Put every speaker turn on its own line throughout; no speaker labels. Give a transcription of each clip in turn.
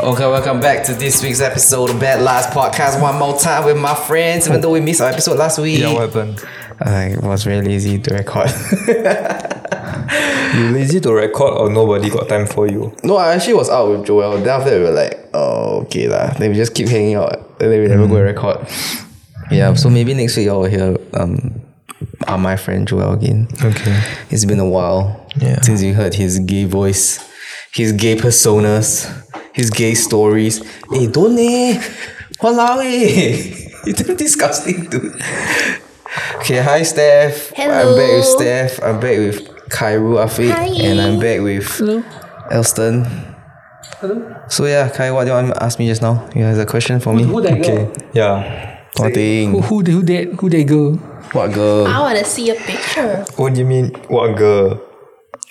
Okay, welcome back to this week's episode of Bad Lies Podcast. One more time with my friends, even though we missed our episode last week.
Yeah, what happened?
I was very lazy to record.
You lazy to record or nobody got time for you?
no, I actually was out with Joel. Then after that, we were like, oh, okay lah. Then we just keep hanging out. And then we never go and
Mm.
record. Yeah, so maybe next week I will hear um, uh, my friend Joel again.
Okay.
It's been a while
Yeah.
since you heard his gay voice, his gay personas, his gay stories. Hey, don't eh. Walao eh. You damn disgusting, dude. Okay, hi Steph. I'm back with
Hello.
Steph. I'm back with Kairu Afiq.
Hi.
And I'm back with Elston. Hello. So yeah, Kai, what do you want to ask me just now? You have a question for me?
Who that
Okay.
girl?
Yeah.
Who
Nothing.
who who that who that girl?
What girl?
I want to see a picture.
What do you mean? What girl?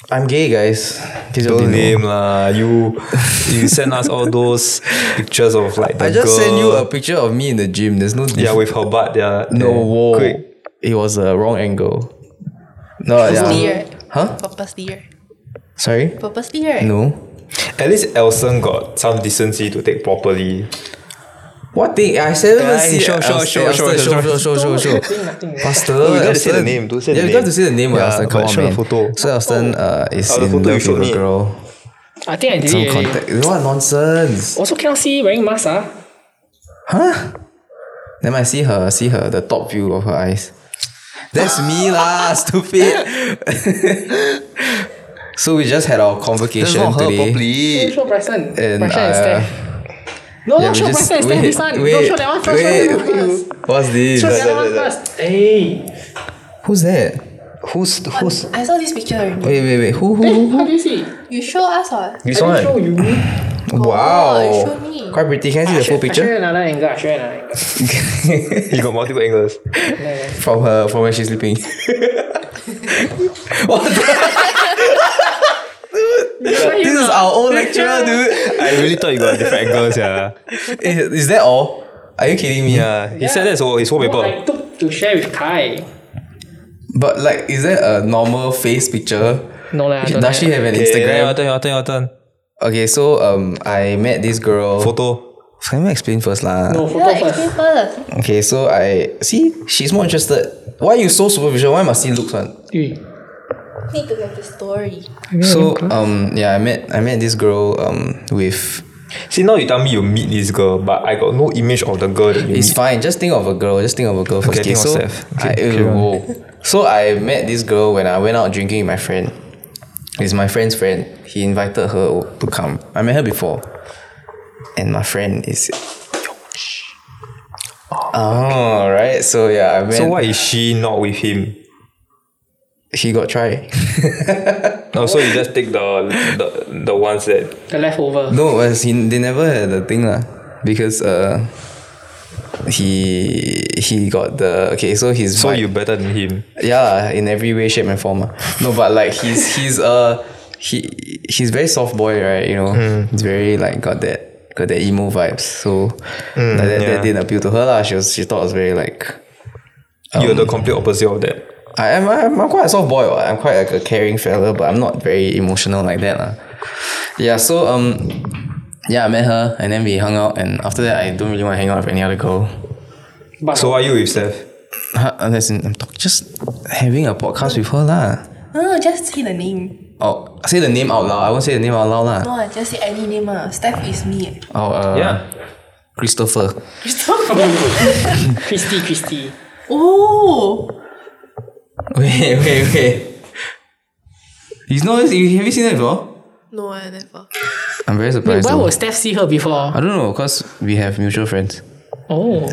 I'm gay, guys. Case you
Don't
didn't know.
name lah. You you send us all those pictures of like the
I just
girl.
sent you a picture of me in the gym. There's no
yeah with her butt. Yeah.
No,
yeah.
whoa.
Quick.
It was a wrong angle. No,
Purposely,
yeah.
right?
Huh?
Purposely, right?
Sorry?
Purposely, right?
No.
At least Elson got some decency to take properly.
What thing? I said
Yeah, show,
I'll
show,
say-
show,
I'll
show,
say-
show,
show, show, show, show.
Nothing, nothing.
Pastor,
No, you got to say the
Elston.
name, don't say the
yeah, you got
name.
to say the name,
Yeah,
Elston. Come
but
on,
show the
man.
photo.
So Elston uh, is
Oh, the
in
photo you
love
showed
with a
me.
girl.
I think I did
Some
it. already.
contact. What nonsense?
Also cannot see wearing mask ah.
Huh? Then I see her, see her, the top view of her eyes. That's me lah, stupid. so we just had our convocation today.
Don't
properly.
show Bryson.
And,
Bryson is
uh,
there. No,
Yeah,
no,
we
show
just-
Bryson is there.
wait,
This one. no,
wait,
show that one first.
wait,
show that one first.
What's this?
Show that
that,
one
that,
first. Hey,
Who's that? Who's who's?
I saw this picture already.
Wait, wait, wait. Who, who, who?
how do you see?
You show us what?
This
I didn't show you.
Wow.
Oh, show me.
Quite pretty. Can I see the full
I show you
picture?
another angle. I show you another angle.
He got multiple angles.
From her, from when she's sleeping. what the? dude, this is our old lecturer, dude.
I really thought you got different angles. Yeah.
Is, is that all? Are you kidding me? ah?
Yeah. He said that's all his
What
wallpaper.
I took to share with Kai.
But like, is that a normal face picture?
No lah. I don't
Does she have an Instagram?
turn, your turn, your turn.
Okay, so um, I met this girl.
Photo.
Can you explain first, lah?
No
Yeah,
photo
explain
first.
first.
Okay, so I see she's more interested. Why you so superficial? Why must see looks one?
Hey,
Need to have the story.
So um yeah, I met I met this girl um with
See now you tell me you meet this girl, but I got no image of the girl that you
it's
meet.
fine. Just think of a girl. Just think of a girl first.
Mm. Okay, think of
so
Steph.
I,
Okay,
eh,
carry on.
whoa. so I met this girl when I went out drinking with my friend. It's my friend's friend. He invited her o- to come. I met her before, and my friend is. Oh right, so yeah, I met.
So why is she not with him?
He got tried.
No, so you just take the the, the ones that
the leftover.
No, as in they never had the thing lah. Because uh, he he got the okay. So he's
so
bi-
you better than him.
yeah lah, in every way, shape and form. lah. No, but like he's he's uh he he's very soft boy right. You know, he's very like got that got that emo vibes. So like that,
yeah.
that didn't appeal to her lah. She was she thought it was very like
You're the complete opposite of that.
I am I'm, I'm quite a soft boy. what. I'm quite like a caring fella, but I'm not very emotional like that. lah. Yeah, so um yeah, I met her and then we hung out and after that I don't really want to hang out with any other girl.
But
So are you with Steph?
Huh, Unless in, I'm talk, just having a podcast with her lah.
No, no, just say the name.
Oh, say the name out loud. I won't say the name out loud lah.
No, I just say any name. Uh. Steph is me.
Oh, uh,
Yeah.
Christopher.
Christy, Christy.
Oh,
Wait, wait, wait. You know this? You, have you seen that before?
no, I never.
I'm very surprised.
Wait, why
though.
would Steph see her before?
I don't know, cause we have mutual friends.
Oh.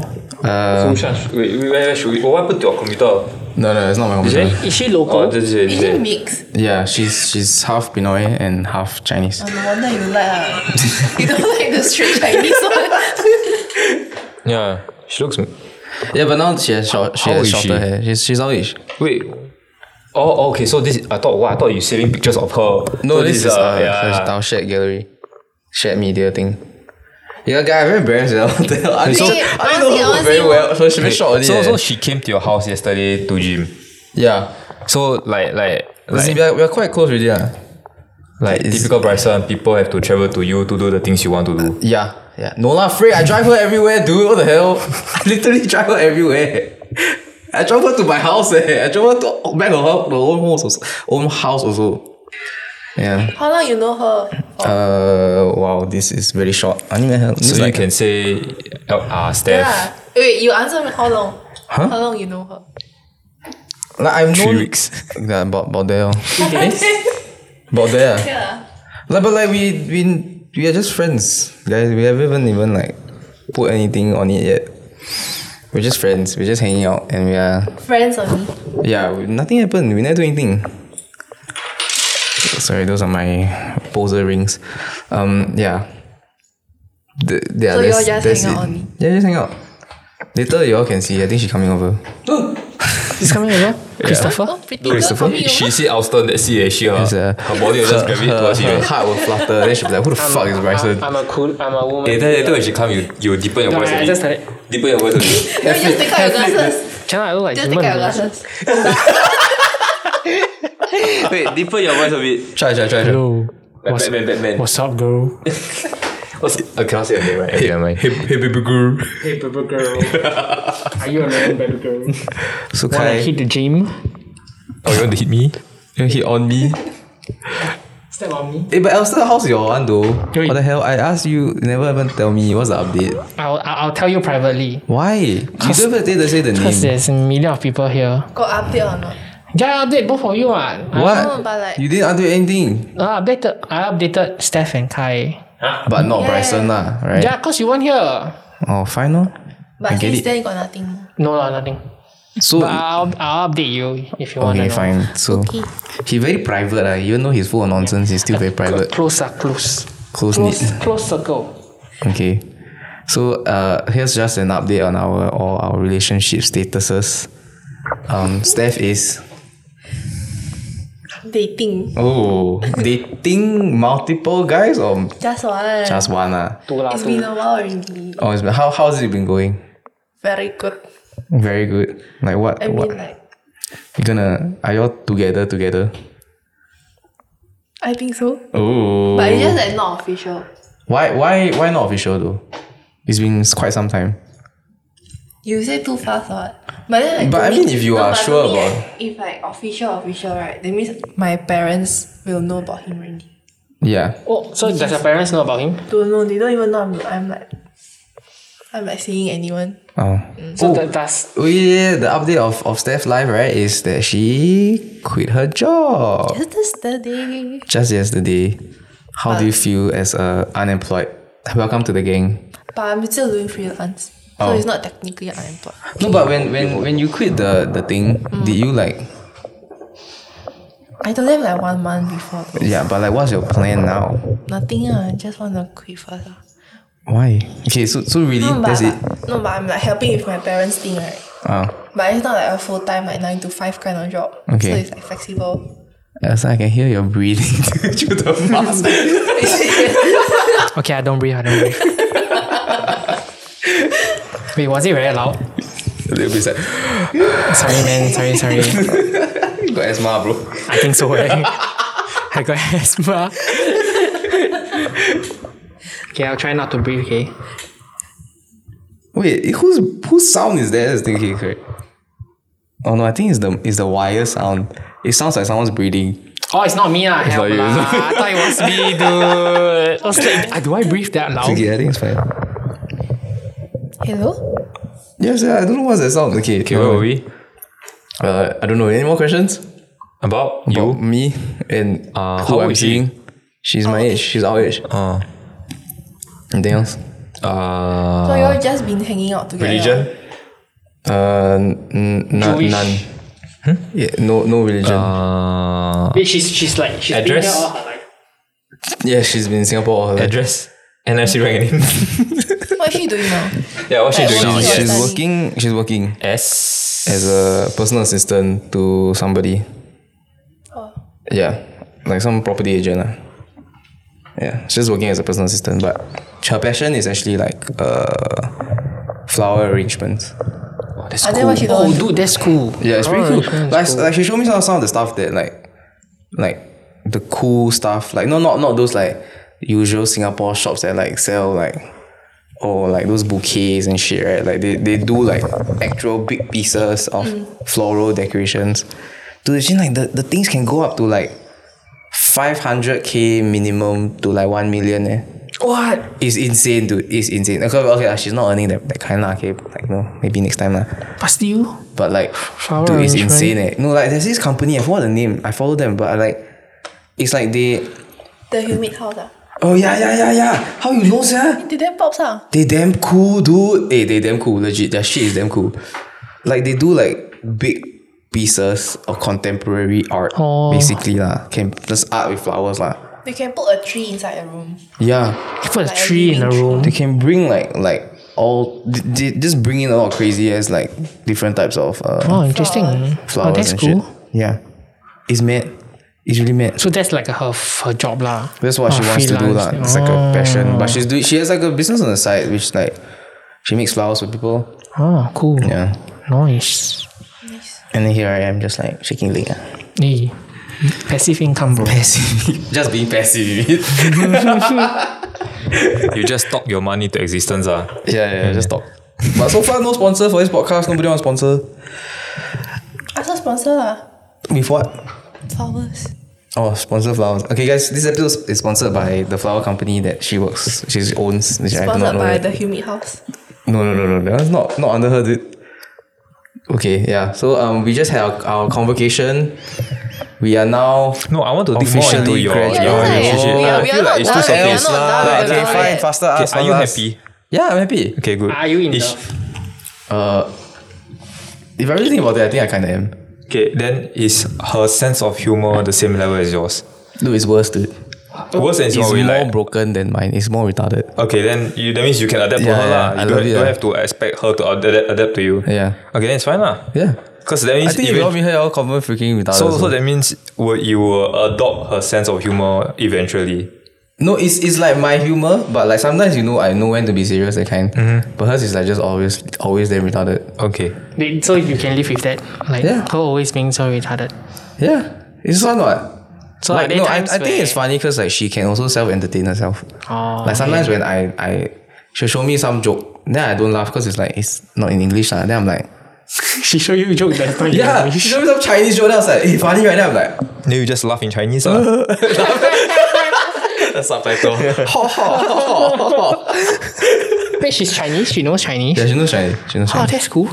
Uh,
wait, wait, where should we? What happened to your computer? Oh,
no, no, it's not my computer.
Is she
Oh,
local?
is
Is it mix?
Yeah, she's she's half Pinoy and half Chinese.
Oh, no wonder you don't like her. you don't like the straight Chinese one.
Yeah, she looks.
Yeah, but now she has short she
How
has
is
shorter
she?
hair. She's she's Irish.
Wait. Oh, okay. So this I thought. Wow, I thought you saving pictures of her.
No,
So
this, is uh, yeah. our shared gallery, shared media thing. Yeah, guy, I'm very embarrassed. You know? what the hell? I
So-
know, I know
honestly,
her
honestly,
very well. So she's very short.
so,
only,
so
eh.
she came to your house yesterday to gym.
yeah.
So like like
As in,
like,
we, are, we are quite close already. ah. Like it's-
Typical Bryson, people have to travel to you to do the things you want to do.
Yeah, yeah. No lah, Frey, I drive her everywhere, dude. What the hell? I literally drive her everywhere. I drove her to my house, eh. I drove her to back of her, the own house, also, own house also. Yeah.
How long you know her?
Uh. Wow. This is very short. I mean,
So
it's
you
like
can say uh, Steph.
Yeah. Wait, you answer me how long? How long you know her?
like I've
Three
known-
weeks.
Yeah, about about there. oh.
Two days.
About there. ah.
Yeah.
Like, but like we we we are just friends, guys. We haven't even even like put anything on it yet. We're just friends. We're just hanging out, and we are
Friends of me.
Yeah, we- nothing happened. We never do anything. Sorry, those are my poser rings. Um, yeah. The, yeah
So you all
that's-
just
that's
hang out
it.
only?
Yeah, just hang out. Later, you all can see. I think she's coming over.
He's coming over. Christopher.
Oh, pretty girl coming
She
over.
see Alston, that's it, eh, she her,
Yes, uh,
her body will just gravitate
Her,
towards you.
her
eh.
heart will flutter. Then she'll be like, "Who the fuck is Bryson?"
I'm, I'm a cool. I'm a woman.
Later, later when she come, you, you deepen your
No,
voice.
I- I
a bit.
just started-
Deepen your voice. a bit.
No, just take out your glasses.
Cannot. I look like
Just take
human.
out your glasses.
Wait, deepen your voice a bit.
Try, try, try, try.
Hello.
Like
What's,
Batman, Batman.
what's up, girl?
What's, I cannot say her name, right? Okay, never mind.
Hey, hey, baby girl.
Hey, baby girl. Are you a man, baby girl?
So
Wanna
Kai,
hit the gym?
Oh, you want to hit me?
he, he on me.
Step on me.
Hey, Eh, but Elster, how's your one though?
Wait.
What the hell? I asked you, you never even tell me. What's the update?
I'll, I'll I'll tell you privately.
Why? You don't even say the, say the
Because
name.
there's a million of people here.
Got update or not?
Yeah, I update both of you. Ah.
What?
know, but like-
you didn't do anything.
I updated, I updated Steph and Kai.
But not
Yeah.
Bryson lah, right?
Yeah, because you weren't here.
Oh, fine lor. I
But
get
since
it.
then, you got nothing more.
No, lah, nothing.
So
But I'll, I'll update you if you want
okay,
to know.
fine. So he very private ah. lah. Even though he's full of nonsense, he's still very private.
Close, ah, close.
Close knit.
Close, close circle.
Okay. So uh, here's just an update on our all our relationship statuses. Um, Steph is
Dating.
oh dating multiple guys or
Just one.
just one ah.
Two lah,
it's
two.
been a while already.
Oh, it's been, how how's it been going?
Very good.
Very good. Like what?
I
what
mean, like,
you gonna are y'all together together?
I think so.
Oh.
But it's just like not official.
Why why why not official though? It's been s- quite some time.
You say too fast or what? But then like
But
to
I
me-
mean if you
no,
are
but to
sure
me,
about-
like, if like official official right, that means my parents will know about him already.
Yeah.
Oh, so does your parents know about him?
Don't know, they don't even know I'm, I'm like I'm like seeing anyone.
Oh.
Mm.
So that, that's
Oh yeah, the update of, of Steph life, right, is that she quit her job
Just yesterday.
just yesterday. How do you feel as a unemployed? Welcome to the gang.
But I'm still doing freelance. So
Oh.
it's not technically unemployed.
No, but when when, when you quit the, the thing,
Mm.
did you like
I told them like one month before.
yeah, but like what's your plan now?
Nothing ah, I just wanna quit first. ah.
Why? Okay, so so really
No, but,
that's it.
but- no, but I'm like helping with my parents thing, right?
Ah.
But it's not like a full time like nine to five kind of job.
Okay.
So it's like flexible.
Elsa, I can hear your breathing through the mask.
okay. I don't breathe. I don't breathe. Wait, was it very loud?
a little bit sad.
Sorry, man. Sorry, sorry.
You got asthma, bro.
I think so. Eh? I got asthma. okay, I'll try not to breathe. Okay.
Wait, whose whose sound is that? That's the thing, correct? Oh no, I think it's the it's the wire sound. It sounds like someone's breathing.
Oh, it's not me lah. Help
not you.
lah. I thought it was me, dude. I was like, ah, do I breathe that loud?
Okay, I think it's fine.
Hello?
Yes, yeah, I don't know what's that sound. Okay,
Okay, where were we?
Uh, I don't know. Any more questions?
About
You,
you?
me, and
Uh,
who
how
I'm
old is she?
seeing. She's my age. She's our age.
Uh,
Anything else?
uh,
So you all just been hanging out together.
religion?
Uh, n- n- none.
Jewish.
none. Yeah, no, no religion.
Uh,
Wait, she's she's like she's been
Address?
here all her life.
yeah, she's been in Singapore all her life.
address? NFC rank name?
What is she doing now?
yeah, what she
Like,
doing
what
now?
is she
Yes.
She's
Studying.
working. She's working
S.
as a personal assistant to somebody.
Oh.
Yeah, like some property agent. lah. Yeah, she's working as a personal assistant, but her passion is actually like uh, flower arrangements.
Oh, that's
I
cool.
then what she
Oh,
doing?
dude, that's cool.
Yeah, it's pretty
Oh,
cool.
that's
Like, like she showed me some, some of the stuff that like, like the cool stuff. Like no, not not those like usual Singapore shops that like sell like or like those bouquets and shit, right? Like they, they do like actual big pieces of floral decorations. Dude, imagine like the, the things can go up to like 500k minimum to like 1 million eh. What? It's insane, dude. It's insane. Okay, okay lah, she's not earning that, that kind lah, okay? Like, no, maybe next time lah.
Past you.
But like,
Flower
dude, it's
arrangement.
insane eh. No, like, there's this company, I forgot the name. I follow them, but I like, it's like they,
The humid house. Ah.
oh yeah, yeah, yeah, yeah. How you know, sir?
Did that pops ah?
They damn cool, dude. Hey, they damn cool. Legit, their shit is damn cool. Like they do like big pieces of contemporary art,
Oh.
basically lah. Can just art with flowers lah.
They can put a tree inside a room.
Yeah,
You put a
Like a
tree in a
living
room.
they can bring like like all they, they just bring in a lot of crazy ass like different types of uh,
Oh, interesting.
flowers
Oh, that's
and
cool.
shit. Yeah, it's mad. It's really mad.
So that's like her her job lah.
That's what
Oh,
she wants to do,
freelance
lah.
thing.
It's like
Oh.
a passion, but she's doing. She has like a business on the side, which like she makes flowers for people.
Oh, cool.
Yeah,
Nice.
and then here I am, just like shaking leg. ah.
Hey, passive income, bro.
passive. Just being passive.
You just talk your money to existence, ah.
yeah, yeah, just talk. But so far, no sponsor for this podcast. Nobody wants sponsor.
Ask her sponsor lah.
With what?
Flowers.
Oh, sponsor flowers. Okay, guys, this episode is sponsored by the flower company that she works, she owns. Which I do not
Sponsored
know
by
yet.
the humid house.
No, no, no, no. That was not not under her, dude. Okay, yeah. So um, we just had our, our convocation. We are now
No, I want to dig more into
officially
your,
graduated.
your
Yeah, that's
relationship.
like- we are-
I
we are
feel
not
it's too
done, we are
surface.
not done,
Lah,
we are
Okay,
not
fine.
yet.
Faster.
Okay,
ask,
are you
ask.
happy?
Yeah, I'm happy.
Okay, good.
Are you in
Ish-
the?
Uh, if I really think about it, I think I kind of am.
Okay, then is her sense of humor the same level as yours?
Dude, it's worse, dude.
Worse than
It's
yours,
more
we like.
broken than mine. It's more retarded.
Okay, then you, that means you can adapt
Yeah,
to her
yeah,
lah.
I
You
love
don't,
it,
don't
yeah.
have to expect her to adapt, adapt to you.
Yeah.
Okay, then it's fine lah.
Yeah.
Because that means
I think if
even-
you all meet her, you all confirm freaking retarded.
so,
also.
so that means will you will adopt her sense of humor eventually.
no, it's it's like my humor, but like sometimes you know I know when to be serious that kind.
Mm-hmm.
But hers is like just always always damn retarded.
Okay.
They- So you can live with that, like
Yeah.
her always being so retarded.
Yeah. It's fun what?
So
like
are there
no, I,
times
I think it's
where-
funny because like she can also self entertain herself.
Oh,
like sometimes when I I she'll show me some joke, then I don't laugh because it's like it's not in English lah. Then I'm like,
she show you a joke that's not
yeah, she showed me some Chinese joke. Then I was like, hey, funny right now. I'm like,
Then you just laugh in Chinese ah. the subtitle.
Wait, she's Chinese. She knows Chinese.
yeah, she knows Chinese. She knows
Oh,
Chinese.
that's cool.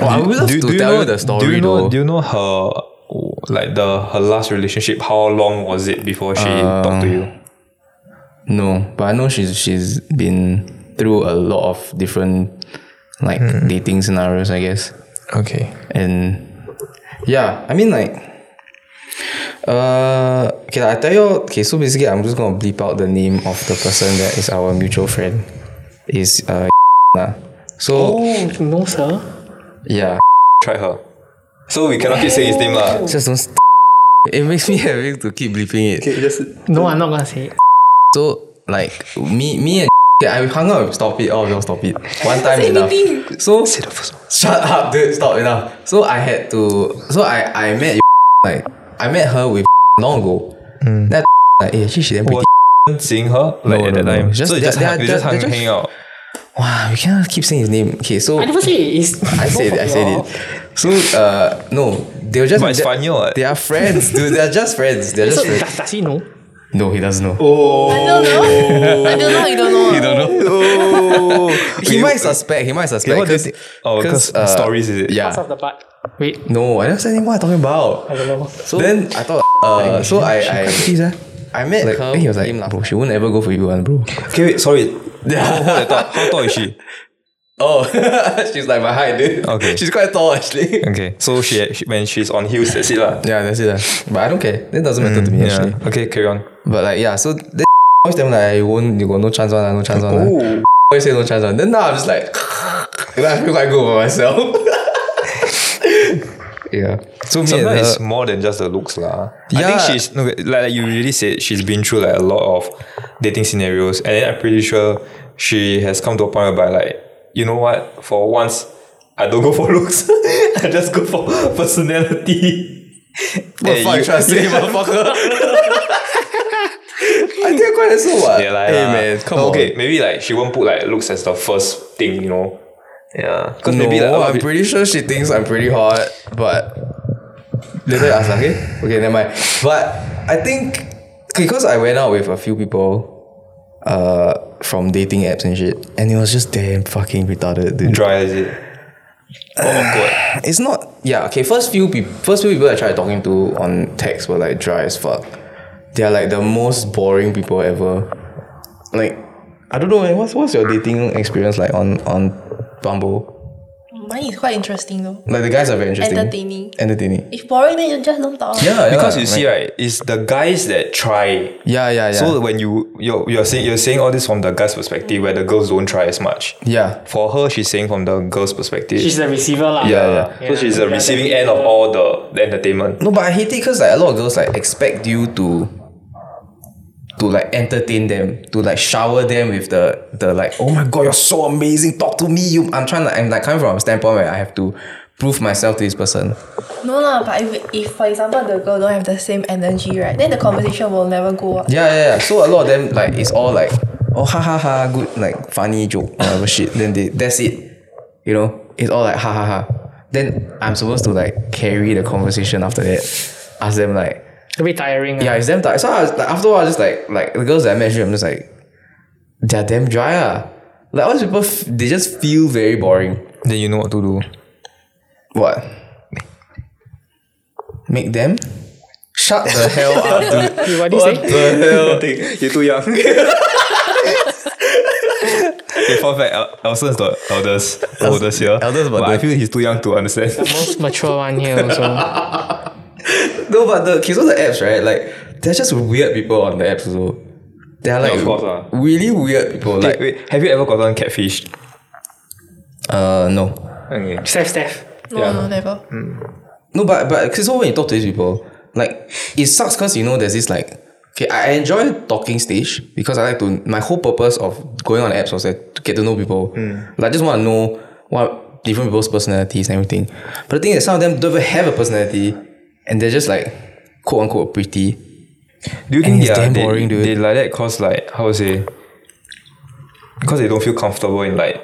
Oh, I would love to tell you the story
do you know,
though.
Do you know her like the her last relationship? How long was it before she
Um,
talked to you?
No, but I know she's she's been through a lot of different like dating scenarios, I guess.
Okay.
And yeah, I mean like uh okay, I tell you okay, so basically I'm just gonna bleep out the name of the person that is our mutual friend. Is uh lah. so
Oh, she knows her.
yeah.
Try her. So we cannot keep saying his name lah.
Just don't st- it makes me having to keep bleeping it.
No, I'm not gonna say. it.
So like me me and okay, I hung out with stop it, all of y'all stop it. One time
Say
enough.
anything.
So shut up, dude. Stop enough. So I had to. So I I met like I met her with long ago. That like hey, actually she damn pretty.
Was seeing her like
No,
at
no,
that
no.
time.
Just-
so you
they
just,
are-
hung-
they are-
you just
they are
hang,
just-
hang out.
Wow, we cannot keep saying his name. Okay, so
I never say it. It's
I said it. I said it. So uh no, they were just
But it's funny what?
They are friends, dude. They are just friends. They are just
So
friends.
does, does he know?
No, he doesn't know.
I don't
Oh.
know. I don't know. You don't know. You don't know.
he might suspect. He might suspect.
what do you think? Oh, 'cause stories is it?
uh, Yeah.
What's up the butt? Wait,
No, I don't understand what I'm talking about.
I don't know.
So then I thought, uh, so I, I, I met eh? like, her. He was like, bro, she won't ever go for you, one, bro.
Okay, wait, sorry. how, how, tall, how tall is she?
Oh, she's like my height, dude.
Okay.
she's quite tall actually.
Okay. So she, she when she's on heels, that's it lah.
Yeah, that's it. lah. But I don't care. That doesn't matter to me actually.
Mm, Yeah. Okay, carry on.
But like, yeah. So then always them like, you won't, you got no chance on, ah, no chance on. ah. Always say no chance on. Then now I'm just like, and I feel quite good about myself. yeah. So me and
Sometimes it's
her-
more than just the looks lah. I
Yeah.
think she's no, like, like you really said she's been through like a lot of dating scenarios, and then I'm pretty sure she has come to a point whereby like you know what for once I don't go for looks, I just go for personality.
What the
Hey,
fuck
you-
you trying to say, motherfucker? I think I quite answer what?
Yeah, like,
hey
lah.
man, come on.
okay, maybe like she won't put like looks as the first thing, you know. Yeah, because
no,
maybe like a lot of
oh, I'm
peop-
pretty sure she thinks I'm pretty hot, but later you ask, her, okay? Okay, never mind. But I think because I went out with a few people uh from dating apps and shit, and it was just damn fucking retarded, dude.
dry is it? Oh, Or awkward.
It's not yeah, okay, first few people first few people I tried talking to on text were like dry as fuck. They are like the most boring people ever. Like I don't know, eh, what's what's your dating experience like on on Bumble?
Mine is quite interesting though.
Like the guys are very interesting.
Entertaining.
Entertaining.
If boring, then you just don't talk.
Yeah,
Because you
like-
see, right, it's the guys that try.
Yeah, yeah, yeah.
So when you you're, you're saying you're saying all this from the guys' perspective, where the girls don't try as much.
yeah.
For her, she's saying from the girls' perspective.
She's the receiver lah.
Yeah,
so she's the receiving end of all the, the entertainment.
No, but I hate it because like a lot of girls like expect you to to like entertain them, to like shower them with the the like, oh my god, you're so amazing. Talk to me. You I'm trying to I'm like coming from a standpoint where I have to prove myself to this person.
No lah, but if, if for example the girl don't have the same energy, right? Then the conversation will never go. up.
Yeah, yeah, yeah. So a lot of them like it's all like, oh ha ha ha, good like funny joke, whatever shit. Then they that's it. You know? It's all like ha ha ha. Then I'm supposed to like carry the conversation after that. Ask them like
A bit tiring.
Yeah,
Yeah.
it's damn tight. So I was, like, after a while, I was just like, like the girls that I met, I'm just like, they're damn dry. Ah. Like all these people, f- they just feel very boring.
Then you know what to do.
What? Make them? Shut the hell up, dude.
What do you say?
the hell? You're too young. okay, fun fact, Al- Alston is the eldest, oldest here.
eldest, but
but I
the-
feel he's too young to understand.
Most mature one here also.
No, but the okay, so the apps, right? Like they're just weird people on the apps also. They're like
of course, ah.
really weird people.
Like,
Like
wait, have you ever gotten catfish?
uh no.
Okay.
Steph, Steph.
No, no, never.
No, but but okay, so when you talk to these people, like it sucks because you know there's this like okay, I I enjoy talking stage because I like to my whole purpose of going on apps was like, to get to know people. Like I just want to know what different people's personalities and everything. But the thing is some of them don't even have a personality and they're just like quote unquote pretty.
Do
And
you think
it's
they, are,
damn
they,
boring, dude.
they like that cause like how to say because they don't feel comfortable in like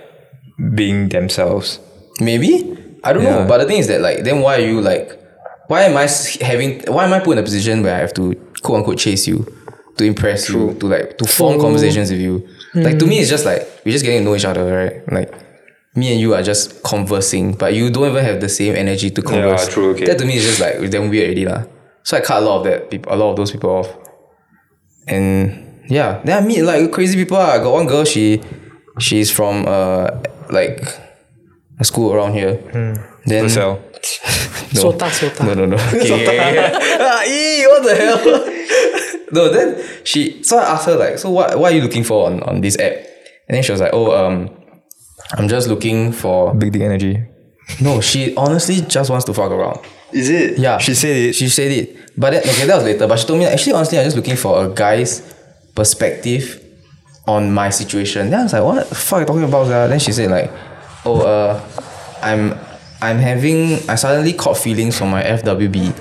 being themselves.
Maybe I don't know.
Yeah.
But the thing is that like, then why are you like, why am I s- having? Why am I put in a position where I have to quote unquote chase you, to impress you, to like to
Oh.
form conversations with you? Like to me,
Hmm.
it's just like we're just getting to know each other, right? Like me and you are just conversing, but you don't even have the same energy to converse.
true, okay.
That to me is just like damn weird already lah. So I cut a lot of that people, a lot of those people off, and yeah, then I meet like crazy people. ah. I got one girl. She she's from uh like a school around here. Then
So
no.
Sota, sota.
no no no. Okay. ah, ee, what the hell? no, then she so I asked her like, so what what are you looking for on, on this app? And then she was like, oh um, I'm just looking for
big dick energy.
no. She honestly just wants to fuck around.
Is it?
Yeah,
She said it.
She said it, but that, okay, that was later. But she told me actually, honestly, I'm just looking for a guy's perspective on my situation. Then I was like, what the fuck are you talking about? Sia? Then she said like, oh, uh, I'm, I'm having, I suddenly caught feelings for my FWB.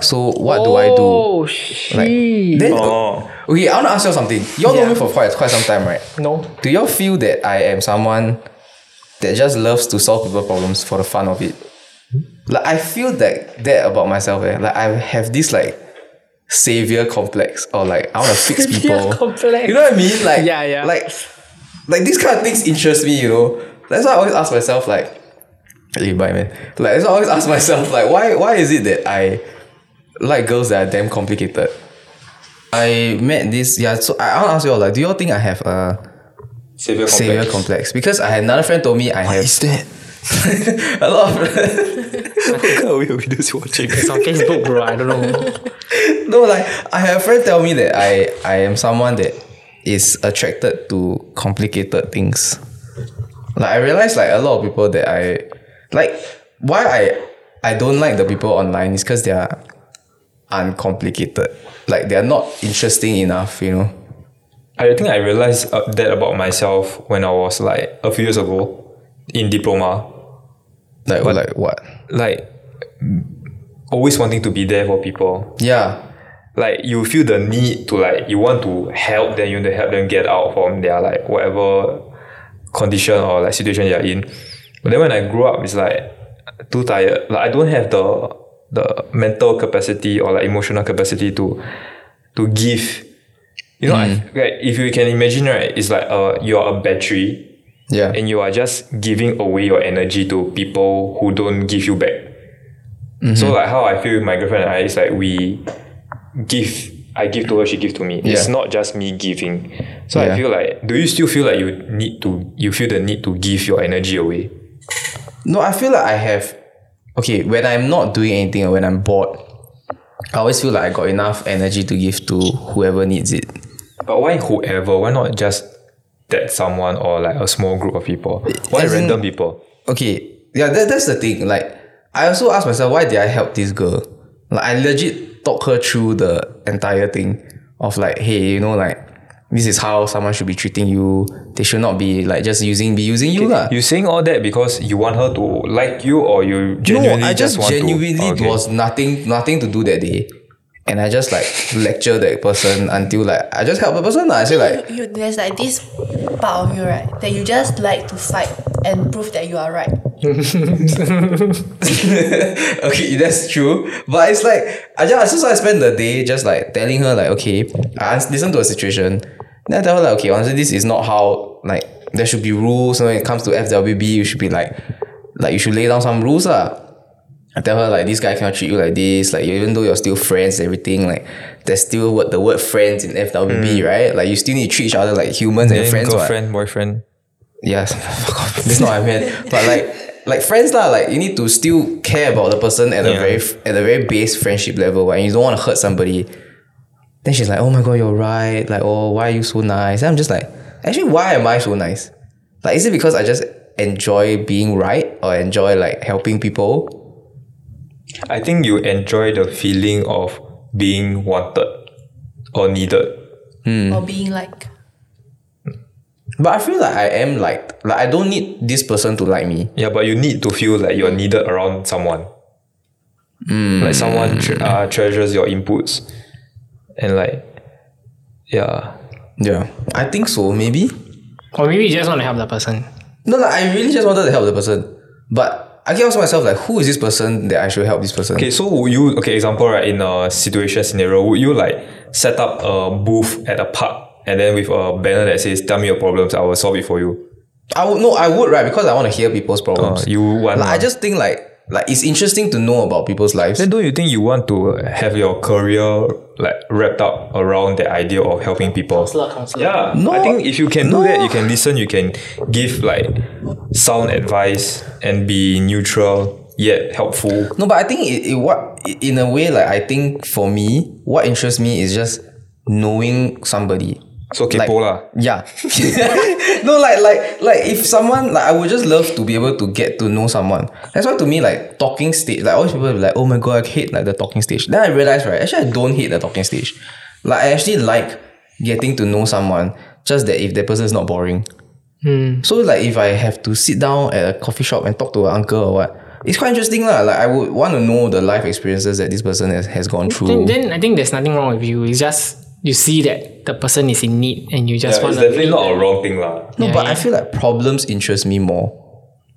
So what do I do?
Oh,
Like,
shit.
then,
Oh.
okay, I want to ask you something. Y'all know me for quite quite some time, right?
No.
Do y'all feel that I am someone that just loves to solve people problems for the fun of it? Like I feel that that about myself. Eh? Like I have this like savior complex or like I want to fix
Savior
people.
complex.
You know what I mean? Like
Yeah, yeah.
Like like these kind of things interest me. You know. That's why I always ask myself like, hey, bye man. Like that's why I always ask myself like, why why is it that I like girls that are damn complicated? I met this yeah. So I I want to ask you all like, do y'all think I have a
Savior complex.
savior complex because I had another friend told me I have
that?
a lot of
How are we Oh, just watching?
It's on Facebook, bro. I don't know.
no like I had a friend tell me that I I am someone that is attracted to complicated things. Like I realize like a lot of people that I like why I I don't like the people online is because they are uncomplicated. Like they're not interesting enough, you know.
I think I realized uh, that about myself when I was like a few years ago in diploma.
Like like what?
Like always wanting to be there for people.
Yeah.
Like you feel the need to like you want to help them, you want to help them get out from their like whatever condition or like situation they are in. But then when I grew up, it's like too tired. Like I don't have the the mental capacity or like emotional capacity to to give. You know, I, like if you can imagine, right, it's like uh you are a battery
Yeah.
and you are just giving away your energy to people who don't give you back.
Mm-hmm.
So like how I feel with my girlfriend and I is like we give I give to her, she gives to me. It's
Yeah.
not just me giving. So
Yeah.
I feel like do you still feel like you need to you feel the need to give your energy away?
No, I feel like I have. Okay, when I'm not doing anything or when I'm bored, I always feel like I got enough energy to give to whoever needs it.
But why whoever? Why not just that someone or like a small group of people? Why
as in-
random people?
Okay, yeah, that, that's the thing. Like, I also asked myself, why did I help this girl? Like, I legit talked her through the entire thing of like, hey, you know, like, this is how someone should be treating you. They should not be like just using, be using you lah.
You saying all that because you want her to like you or you genuinely
no, I just,
just, want
genuinely
to? oh, Okay.
was nothing nothing to do that day. And I just like lecture that person until like I just help the person. lah. I say like
You, there's like this part of you, right? That you just like to fight and prove that you are right.
okay, that's true. But it's like I just I just I spend the day just like telling her like okay, I ans- listen to a situation. Then I tell her like okay, honestly, this is not how like there should be rules. When it comes to FWB, you should be like like you should lay down some rules lah. I tell her like this guy cannot treat you like this. Like even though you're still friends, everything like there's still what the word friends in FWB, right? Like you still need to treat each other like humans and
Then
friends. what?
girlfriend, boyfriend.
Yes, fuck off. That's not what I meant. But like, like friends lah. Like you need to still care about the person at a
Yeah.
very at a very base friendship level, right? and you don't want to hurt somebody. Then she's like, "Oh my god, you're right. Like, oh, why are you so nice?" And I'm just like, actually, why am I so nice? Like, is it because I just enjoy being right or enjoy like helping people?
I think you enjoy the feeling of being wanted or needed.
Or being like,
But I feel like I am liked. Like I don't need this person to like me.
Yeah, but you need to feel like you're needed around someone.
Hmm.
Like someone tre- uh, treasures your inputs, and like, yeah.
Yeah, I think so. Maybe.
Or maybe you just want to help that person.
No, no, I really just wanted to help the person. But I keep asking myself, like, who is this person that I should help this person?
Okay, so would you okay example right in a situation scenario would you like set up a booth at a park and then with a banner that says "Tell me your problems, I will solve it for you."
I would no, I would, right? Because I want to hear people's
Uh,
problems.
you want?
like, I
uh,
just think like like it's interesting to know about people's lives.
then don't you think you want to have your career like wrapped up around the idea of helping people?
Counselor, counselor.
Yeah,
No,
I think if you can do that,
no.
you can listen, you can give like sound advice and be neutral yet helpful.
No, but I think it, it what i- in a way, like I think for me, what interests me is just knowing somebody.
So
Like-
kepo lah.
Yeah. no, like like like if someone like I would just love to be able to get to know someone. That's why to me like talking stage, like always people will be like, oh my god, I hate like the talking stage. Then I realized right, actually I don't hate the talking stage. Like I actually like getting to know someone, just that if the person is not boring.
Hmm.
So like if I have to sit down at a coffee shop and talk to an uncle or what, it's quite interesting lah. Like I would want to know the life experiences that this person has, has gone through.
Then, then I think there's nothing wrong with you. It's just you see that the person is in need and you just
Yeah,
want
it's
to.
definitely not a wrong thing lah.
no,
Yeah,
but I
yeah.
feel like problems interest me more.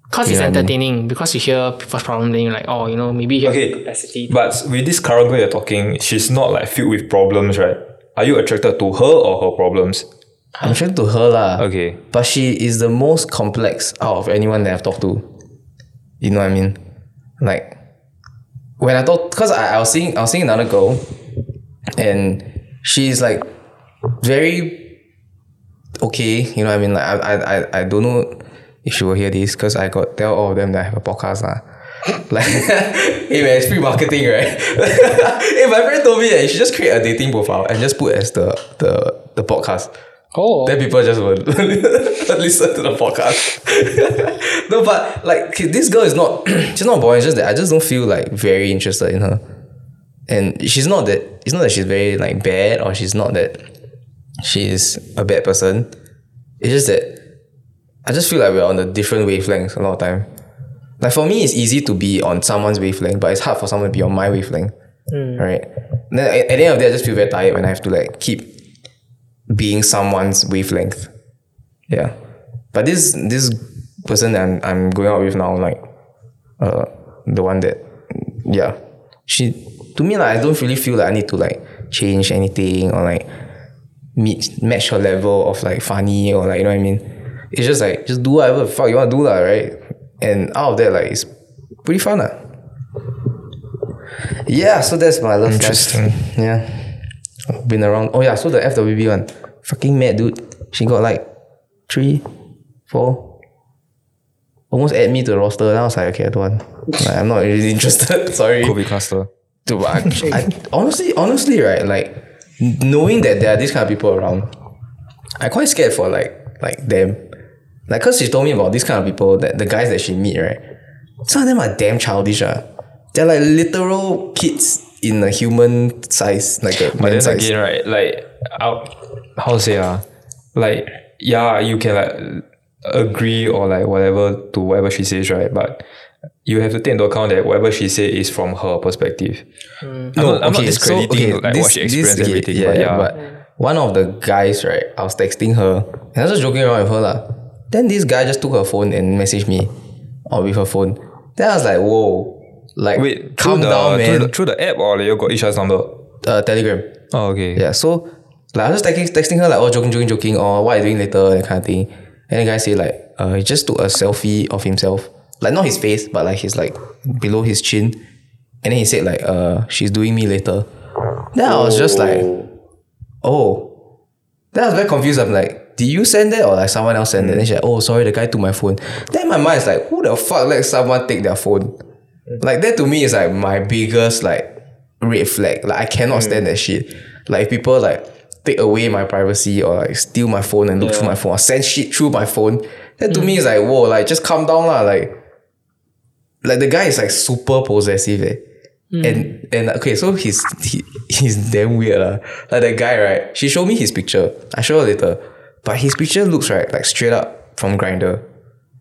Because it's entertaining. Because you hear people's problem, then you're like, oh, you know, maybe you have
Okay,
capacity.
but with this current girl you're talking, she's not like filled with problems, right? Are you attracted to her or her problems?
I'm trying to her lah.
Okay.
But she is the most complex out of anyone that I've talked to. You know what I mean? Like when I talk because I, I was seeing I was seeing another girl and she's like very okay, you know what I mean? Like I I I, I don't know if she will hear this because I got tell all of them that I have a podcast lah. Like hey man, it's free marketing, right? hey, my friend told me that you should just create a dating profile and just put as the the the podcast.
oh,
Then people just will listen to the podcast. no, but like okay, this girl is not she's not boring, it's just that I just don't feel like very interested in her. And she's not that it's not that she's very like bad or she's not that she is a bad person. It's just that I just feel like we're on a different wavelengths a lot of time. Like for me, it's easy to be on someone's wavelength, but it's hard for someone to be on my wavelength. Right. And then at, at the end of the day, I just feel very tired when I have to like keep being someone's wavelength. Yeah. But this this person that I'm, I'm going out with now, like uh the one that yeah. She to me like I don't really feel like I need to like change anything or like meet match her level of like funny or like you know what I mean. It's just like just do whatever the fuck you wanna do lah, right? And out of that like it's pretty fun lah. Yeah, so that's my love. life.
Interesting.
Yeah. I've Been around. Oh yeah, so the FWB one. Fucking mad dude. She got like three, four. Almost add me to the roster. Then I was like, okay, I don't want. Like, I'm not really interested. Sorry.
Kobe cluster.
Dude, I, I, honestly, honestly, right? Like knowing that there are these kind of people around, I quite scared for like like them. Like, cause she told me about these kind of people that the guys that she meet, right? Some of them are damn childish. Uh. They're like literal kids in a human size, like a
But
man
then
size.
again, right? Like, how how to say ah? Like, yeah, you can like agree or like whatever to whatever she says, right? But you have to take into account that whatever she say is from her perspective. I'm, not, I'm not discrediting like what she experienced
this-
everything,
yeah,
but yeah,
but one of the guys, right, I was texting her and I was just joking around with her. lah. Then this guy just took her phone and messaged me or with her phone. Then I was like, whoa. Like,
wait,
calm
through the,
down,
through, the,
man.
through the app or like, you got each other's number?
Uh, Telegram.
Oh, okay.
Yeah, so like I was just texting, texting her like, oh, joking, joking, joking, or what are you doing later, that kind of thing. And the guy say like, uh, he just took a selfie of himself, like not his face, but like his like below his chin, and then he said like, uh, she's doing me later. Then I was just like, oh, then I was very confused. I'm like, did you send that or like someone else sent that? Then she's like, oh, sorry, the guy took my phone. Then my mind is like, who the fuck let someone take their phone? Like that to me is like my biggest like red flag. Like I cannot stand that shit. Like if people like take away my privacy or like steal my phone and look through my phone or send shit through my phone. That to me is like, whoa, like just calm down lah. Like like the guy is like super possessive eh. And and okay, so he's he, he's damn weird lah. Like that guy, right? She showed me his picture. I show her later. But his picture looks right, like straight up from grinder.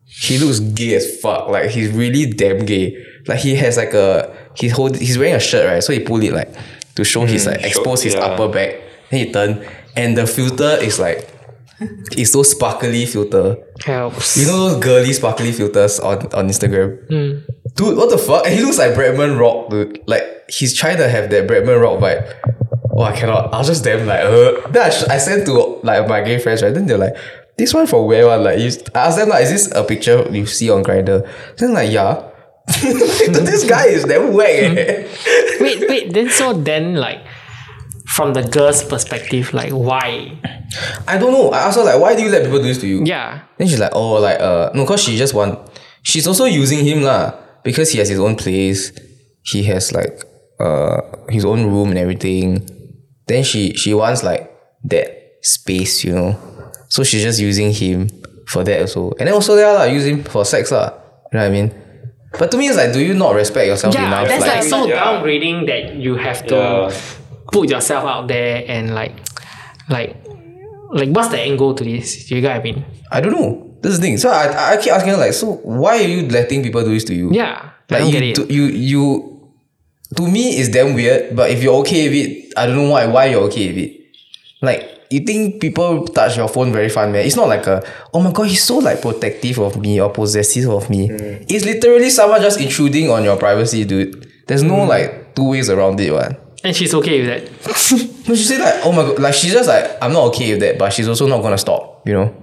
He looks gay as fuck. Like he's really damn gay. Like he has like a he hold he's wearing a shirt, right? So he pulled it like to show his like expose his
yeah.
upper back. Then he turn and the filter is like it's so sparkly filter.
Helps.
You know those girly sparkly filters on, on Instagram? Dude, what the fuck? And he looks like Bradman Rock, dude. Like, he's trying to have that Bradman Rock vibe. Oh, I cannot. I was just damn like, uh. Then I, sh- I sent to like my gay friends, right? Then they're like, this one from where one? Like, you, I asked them, like, is this a picture you see on Grindr? Then like, yeah. Dude, this guy is damn whack. Eh.
wait, wait. Then so then like from the girl's perspective, like why?
I don't know. I asked her, like, why do you let people do this to you?
Yeah.
Then she's like, oh, like, uh, no, cause she just want, she's also using him lah, because he has his own place. He has like, uh, his own room and everything. Then she, she wants like that space, you know? So she's just using him for that also. And then also there lah, use him for sex lah. You know what I mean? But to me, it's like, do you not respect yourself
Yeah,
enough?
that's like,
like,
so
Yeah.
downgrading that you have to
Yeah.
put yourself out there and like, like, like what's the angle to this? You got what I mean?
I don't know. This is the thing. So I, I keep asking her like, so why are you letting people do this to you?
Yeah, I
Like
don't
you,
get it.
to- you, you, to me it's damn weird. But if you're okay with it, I don't know why. Why you're okay with it? Like you think people touch your phone very fun, man? It's not like a oh my god, he's so like protective of me or possessive of me.
Mm.
It's literally someone just intruding on your privacy, dude. There's
Mm.
no like two ways around it, one.
And she's okay with that.
No, she said like, oh my god, like she's just like, I'm not okay with that, but she's also not gonna stop, you know.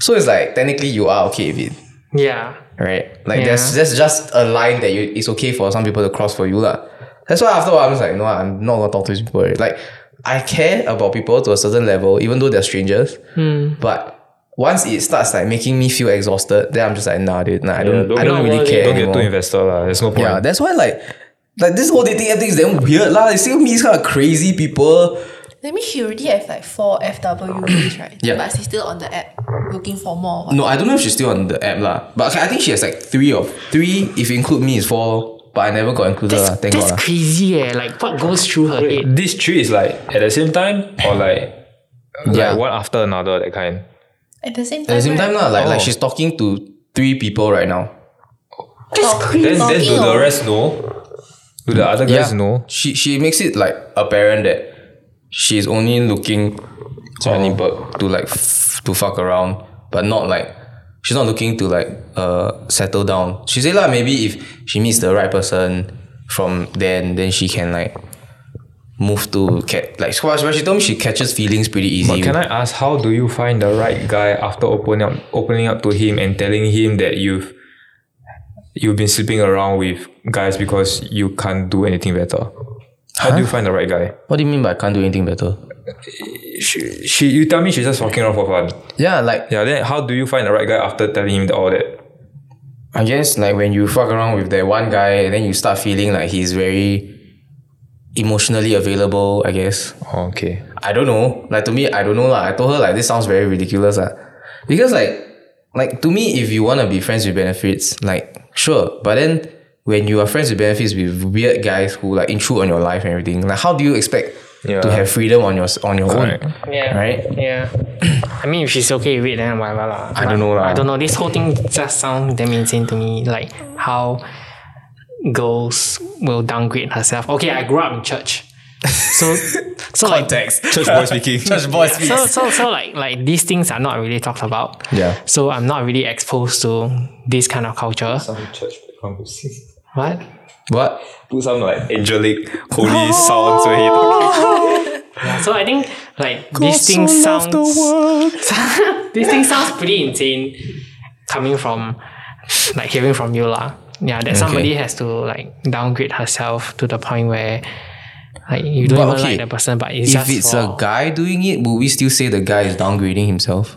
So it's like technically you are okay with it
Yeah.
right? Like
Yeah.
there's that's just a line that you it's okay for some people to cross for you lah. That's why after a while I'm just like, no, I'm not gonna talk to these people. already. Like I care about people to a certain level, even though they're strangers. But once it starts like making me feel exhausted, then I'm just like, nah, dude, nah, I don't,
don't
I don't
get-
really
don't
care
Don't get
anymore.
too invested lah. There's no point.
yeah, that's why like. Like this whole dating app thing is damn weird lah. They still meet these kind of crazy people.
That means she already have like four FWBs, right?
Yeah.
But she's still on the app looking for more. what?
No, I don't know if she's still on the app lah. But okay, I think she has like three of three. If you include me, is four. But I never got included lah. Thank God
That's
lah.
crazy, yeah. Like what goes through her head?
These three is like at the same time or like,
Yeah.
like one after another, that kind.
At the same time.
At the same
eh?
right?
time, lah, like, like
Oh.
she's talking to three people right now.
Just
Oh,
clean
Then, then do
Talking
the
or-
rest know? Do the other guys know?
She she makes it like apparent that she's only looking to
Oh.
Annenberg to like f- to fuck around, but not like she's not looking to like uh settle down. She said like maybe if she meets the right person from then, then she can like move to cat like squash. But she told me she catches feelings pretty easy.
But can I ask, how do you find the right guy after opening up, opening up to him and telling him that you've you've been sleeping around with guys because you can't do anything better? How do you find the right guy?
what do you mean by can't do anything better?
She, she, you tell me she's just fucking around for fun.
Yeah, like
Yeah. Then how do you find the right guy after telling him all that?
I guess like when you fuck around with that one guy and then you start feeling like he's very emotionally available, I guess.
Oh, okay.
I don't know. Like to me, I don't know lah. I told her like this sounds very ridiculous lah. Because like, like to me, if you wanna be friends with benefits, like sure. But then when you are friends with benefits with weird guys who like intrude on your life and everything, like how do you expect
Yeah.
to have freedom on your on your
Correct.
own?
Yeah.
Right?
Yeah. I mean, if she's okay with it, then whatever lah.
I don't know lah.
I don't know. This whole thing just sounds damn insane to me. Like how girls will downgrade herself. Okay, I grew up in church, so so like
Church boy speaking. Church boy speaking.
so so so like like these things are not really talked about.
Yeah.
So I'm not really exposed to this kind of culture.
Church
What?
What?
Do some like angelic holy sounds when he talks.
So I think like these things sounds these things sounds pretty insane coming from like hearing from you lah. Yeah, that somebody has to like downgrade herself to the point where like you don't
But
even
okay,
like the person, but it's
If
just
it's
for,
a guy doing it, would we still say the guy is downgrading himself?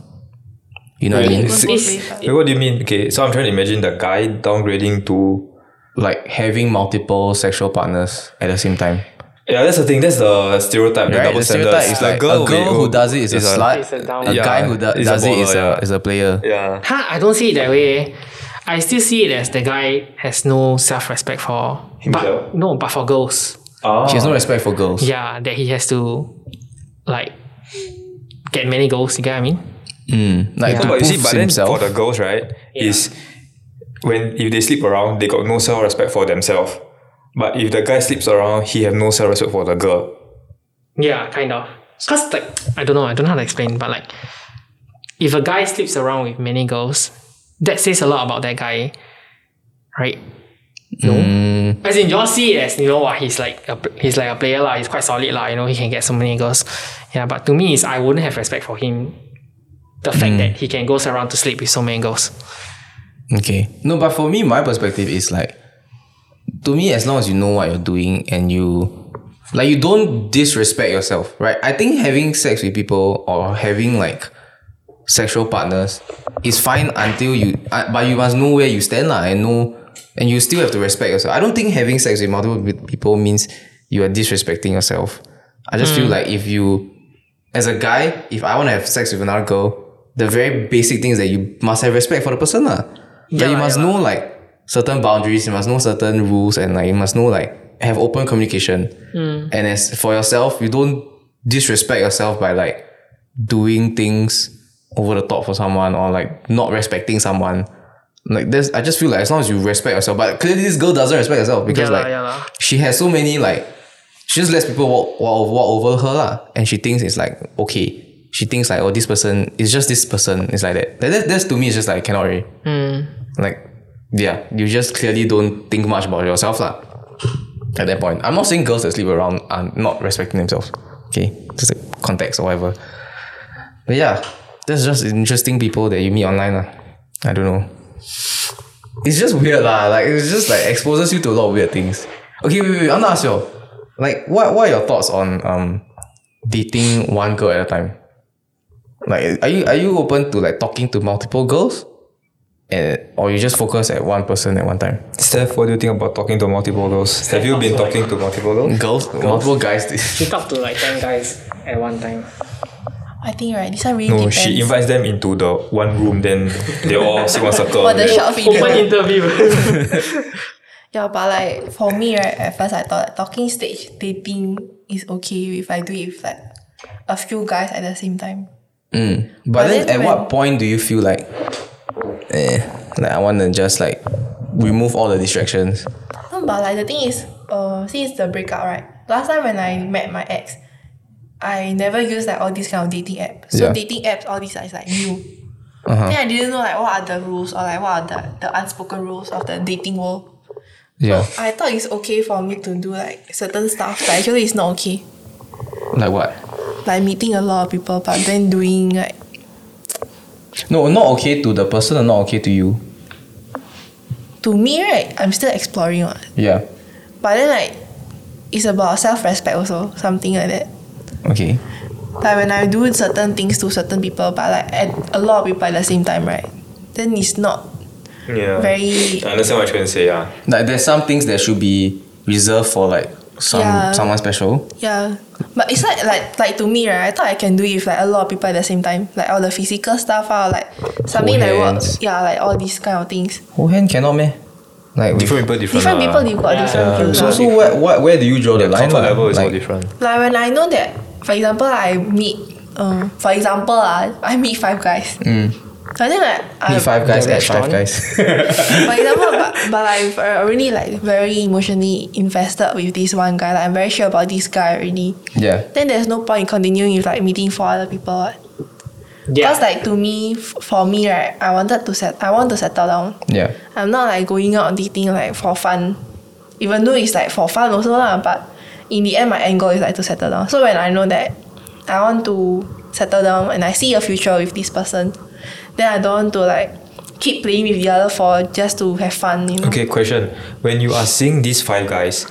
You know what I mean?
Won't
It's-
both be fun.
Wait, what do you mean? Okay, so I'm trying to imagine the guy downgrading to
Like having multiple sexual partners at the same time.
Yeah, that's the thing. That's the stereotype. The
Right?
double
The
standard.
stereotype is
The
like a girl, who
with-
does it is, a, slut.
It's a
a
down-
guy who
oh, Yeah,
do-
is a
does it is a
baller, yeah.
is a player.
Yeah.
Huh, I don't see it that way. I still see it as the guy has no self respect for
Himself?
But, no, but for girls.
Oh.
She has no respect for girls.
Yeah, that he has to like get many goals, you get what I mean?
Like to
but you see,
prove
but then
himself.
for the girls, right, is when if they sleep around, they got no self respect for themselves. But if the guy sleeps around, he have no self respect for the girl.
Yeah, kind of. Cause like I don't know, I don't know how to explain, but like if a guy sleeps around with many girls, that says a lot about that guy, right? No, as in y'all see it as you know what he's like a pl- he's like a player lah. He's quite solid lah. You know he can get so many girls. Yeah, but to me is I wouldn't have respect for him. The fact that he can go around to sleep with so many girls.
okay. No, but for me, my perspective is like, to me, as long as you know what you're doing and you, like, you don't disrespect yourself, right? I think having sex with people or having like sexual partners is fine until you, uh, but you must know where you stand, lah, and know, and you still have to respect yourself. I don't think having sex with multiple pe- people means you are disrespecting yourself. I just feel like if you as a guy, if I want to have sex with another girl, the very basic thing is that you must have respect for the person. lah.
Yeah
Like you
lah,
must
yeah
know like certain boundaries, you must know certain rules, and like you must know like have open communication.
Hmm.
And as for yourself, you don't disrespect yourself by like doing things over the top for someone or like not respecting someone. Like this, I just feel like as long as you respect yourself, but clearly this girl doesn't respect herself because
Yeah lah,
like
yeah lah.
she has so many like she just lets people walk walk, walk over her lah, and she thinks it's like okay. She thinks like oh this person is just this person. It's like that. That, that that's to me it's just like cannot really.
Hmm.
Like yeah, you just clearly don't think much about yourself lah. At that point, I'm not saying girls that sleep around are not respecting themselves. Okay, just like context or whatever. But yeah, that's just interesting people that you meet online lah. I don't know. It's just weird lah. Like it's just like exposes you to a lot of weird things. Okay, wait, wait, wait. I'm not ask you. Like, what what are your thoughts on um dating one girl at a time? Like, are you are you open to like talking to multiple girls, and or you just focus at one person at one time?
Steph, what do you think about talking to multiple girls? Have you been talking to multiple girls?
Girls, multiple guys.
She talked to like ten guys at one time.
I think right, this one really
No,
depends.
she invites them into the one room, then they all sit one circle.
for the short video.
Open interview.
Yeah, but like for me, right, at first I thought talking stage dating is okay if I do it with like a few guys at the same time.
But
But
then,
then
at
when-
what point do you feel like, eh, like I want to just like remove all the distractions.
No, but like the thing is, uh, since the breakup, right? Last time when I met my ex, I never used like all these kind of dating apps.
Yeah.
So dating apps, all these is like new. Then I didn't know like what are the rules or like what are the, the unspoken rules of the dating world.
Yeah.
I thought it's okay for me to do like certain stuff, but actually it's not okay.
Like what?
Like meeting a lot of people, but then doing like
No, not okay to the person and not okay to you.
to me, right? I'm still exploring what.
Yeah.
But then like it's about self respect also, something like that.
Okay.
Like when I do certain things to certain people, but like at a lot of people at the same time, right? Then it's not
Yeah.
Very-
I understand what you're trying to say, yeah.
Like there's some things that should be reserved for like some
Yeah.
someone special.
yeah. But it's like like like to me, right? I thought I can do it with like a lot of people at the same time. Like all the physical stuff ah, or like something
Hold
like what
hands.
yeah, like all these kind of things.
Whole hand cannot meh? Like with-
Different people, different.
Different
uh,
lah.
people you got different views.
so
ah.
so where, what where do you draw the line?
Comfort
lah?
level is all
Like,
different.
Like when I know that, for example, I meet, uh, for example, uh, I meet five guys. Mm. So then like, I,
Meet five guys
The
at five
restaurant.
guys.
for example, but, but I'm already like very emotionally invested with this one guy. Like I'm very sure about this guy already.
yeah.
Then there's no point in continuing with like meeting four other people. What?
Yeah.
Cause like to me, f- for me, right, I wanted to set, I want to settle down.
Yeah.
I'm not like going out dating like for fun, even though it's like for fun also lah. But in the end, my end goal is like to settle down. So when I know that I want to settle down and I see a future with this person, then I don't want to like keep playing with the other for just to have fun. You know.
Okay, question. When you are seeing these five guys,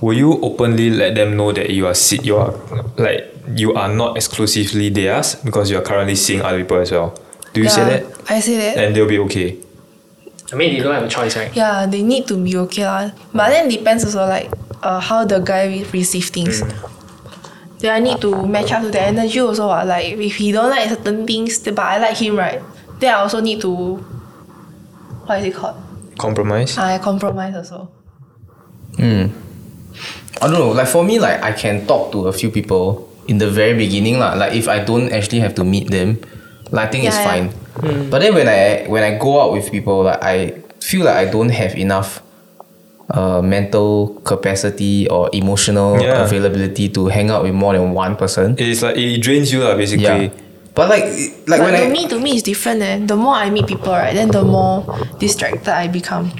will you openly let them know that you are se- you are like you are not exclusively theirs because you are currently seeing other people as well? Do you say
Yeah,
that?
I say that.
And they'll be okay.
I mean, you don't have a choice, right?
yeah, they need to be okay lah. But then depends also like uh, how the guy re- receive things. Then I need to match up to the energy also what. Like if he don't like certain things, th- but I like him right, then I also need to what is it called?
Compromise.
I compromise also.
Hmm. I don't know. Like for me, like I can talk to a few people in the very beginning, lah. Like if I don't actually have to meet them, like I think it's
Yeah, yeah.
fine. But then when I when I go out with people, like I feel like I don't have enough uh, mental capacity or emotional
Yeah.
availability to hang out with more than one person.
It's like it drains you lah,
yeah.
basically.
But like it- like
but
when I
to me, to me it's different eh. The more I meet people right, then the more distracted I become.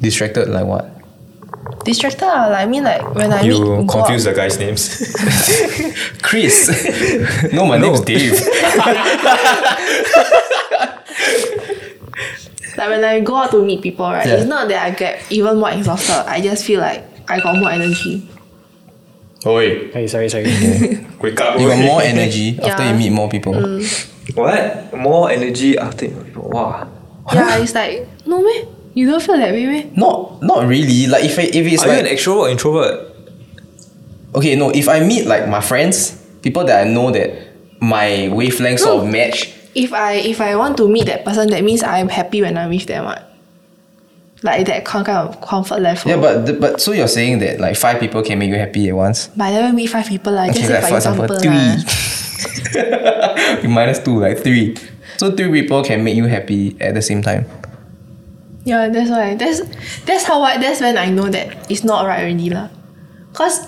distracted, like what?
Distracted ah, like I mean like when I meet
You
go
confuse
out-
the guys' names.
Chris. no, my name's Dave.
like when I go out to meet people right,
Yeah.
it's not that I get even more exhausted. I just feel like I got more energy.
Oi.
Hey, sorry, sorry.
Wake up.
You got
okay.
more energy after you
Yeah. Mm.
meet more people.
What? More energy after Wow.
Yeah, it's like no meh? You don't feel that way meh?
Not not really. Like if I, if it's
Are
like
you an extrovert or introvert?
okay, no, if I meet like my friends, people that I know that my wavelengths
No.
sort of match.
If I if I want to meet that person, that means I'm happy when I'm with them. What? Like that kind kind of comfort level.
Yeah, but the, but so you're saying that like five people can make you happy at once.
But I never meet five people like
Okay,
just say
like
for,
for example,
example,
three. You minus two, like three. So three people can make you happy at the same time.
lah. Yeah, that's why. That's that's how I that's when I know that it's not right already lah. Cause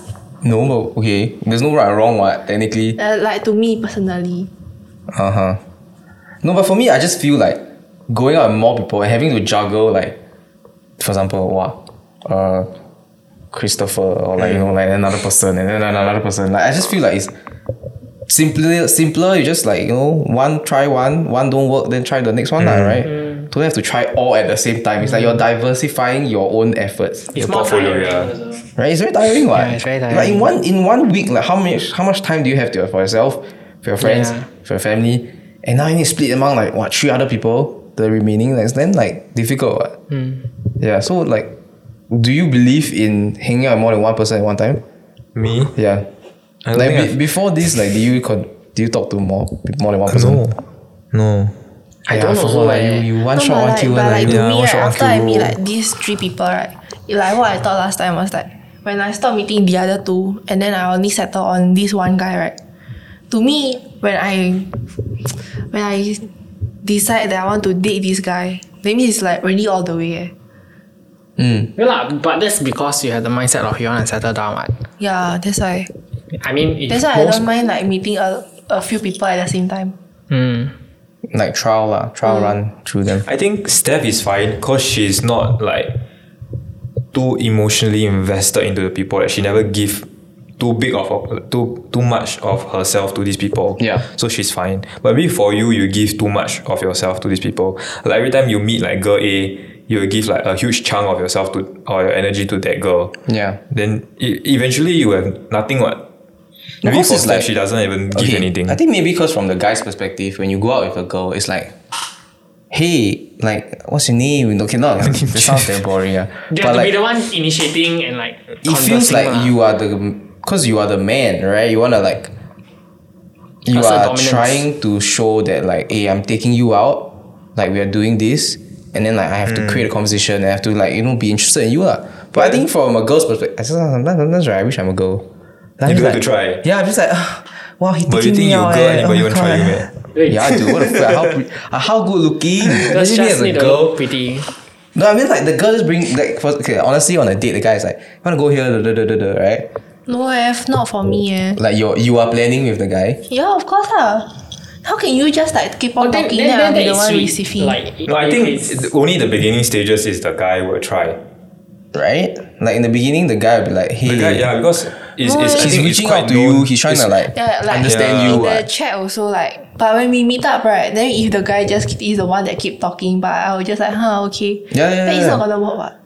No, but okay, there's no right or wrong. What technically,
uh, like to me personally,
uh huh. No, but for me, I just feel like going out with more people and having to juggle like, for example, what, uh, Christopher or like you know like another person and then another person. Like I just feel like it's simpler. Simpler, you just like you know one try one, one don't work, then try the next one, lah, right? Don't have to try all at the same time. It's like you're diversifying your own efforts,
Your
It's more
portfolio,
tiring
yeah.
also.
right? It's very tiring, what?
Yeah, it's very
Like in
tiring.
one in one week, like how much how much time do you have to have for yourself, for your friends,
Yeah.
for your family, and now you need to split among like what three other people. The remaining, like, it's then like difficult. What? Yeah. So like, do you believe in hanging out with more than one person at one time?
Me?
Yeah.
I don't
Like
think
be- before this, like, do you con- do you talk to more more than one
I-
person?
no. No.
I
don't
forgot,
also,
like
eh.
you, you one
no,
shot
but
one
like,
kill
but
one.
like
Like,
to
yeah,
me,
one
right,
shot, one
after I
kill
meet
rule.
like these three people, right? Like what I thought last time was like when I stop meeting the other two and then I only settle on this one guy, right? To me, when I when I decide that I want to date this guy, that means it's like really all the way. Eh.
No lah, but that's because you have the mindset of you want to settle down. What?
Yeah, that's why.
I mean, if
That's why I
most,
don't mind like meeting a, a few people at the same time.
Hmm.
Like trial lah, trial run through them.
I think Steph is fine because she's not like too emotionally invested into the people. Like she never give too big of a, too too much of herself to these people.
Yeah.
So she's fine. But maybe for you, you give too much of yourself to these people. Like every time you meet like girl A, you will give like a huge chunk of yourself to or your energy to that girl.
Yeah.
Then e- eventually you have nothing. What? Maybe
because
for
it's
Steph,
like-
she doesn't even give
Okay,
anything.
I think maybe because from the guy's perspective, when you go out with a girl, it's like, hey, like, what's your name? Okay, not that sounds very boring. Yeah.
you have
But
to be
like,
the one initiating and like.
it feels
conversing
like
lah.
you are the, because you are the man, right? You wanna like, you
Assert
are
dominance.
trying to show that like, hey, I'm taking you out, like we are doing this, and then like I have
Hmm.
to create a conversation, and I have to like you know be interested in you lah. But I think from a girl's perspective, sometimes, sometimes right, I wish I'm a girl. Like, I'm
You don't have
like-
to try.
Yeah, I'm just like, wow, he
But you
taking
think
me
you
out.
girl,
eh. Oh
anybody
my
want to try
God.
you, man?
Wait,
Yeah, dude, what the fuck? How, pre- uh, how good looking?
That's
Imagine me
just
as a
need to look
girl.
pretty.
No, I mean like the girl just bring like first, okay, honestly on a date the guy is like, I wanna go here, da, da, da, da, da, right?
No, F, not for me, eh.
Like you you are planning with the guy.
Yeah, of course lah. How can you just like keep on
Then,
talking
then,
then,
then
I'll be
that
the
is
one
sweet.
receiving?
Like,
No, I
if
think
it's-
it's- only the beginning stages is the guy will try.
Right? Like in the beginning the guy will be like, hey,
The guy, yeah, because it's,
No,
it's, I
he's
think it's
reaching
quite
out to
known-
you, he's trying
it's-
to like,
yeah, like
understand
in
you. uh,
the
what.
chat also like. But when we meet up, right? Then if the guy just is the one that keep talking, but I will just like, huh, okay.
Yeah, yeah,
Then
yeah.
it's not gonna work. What?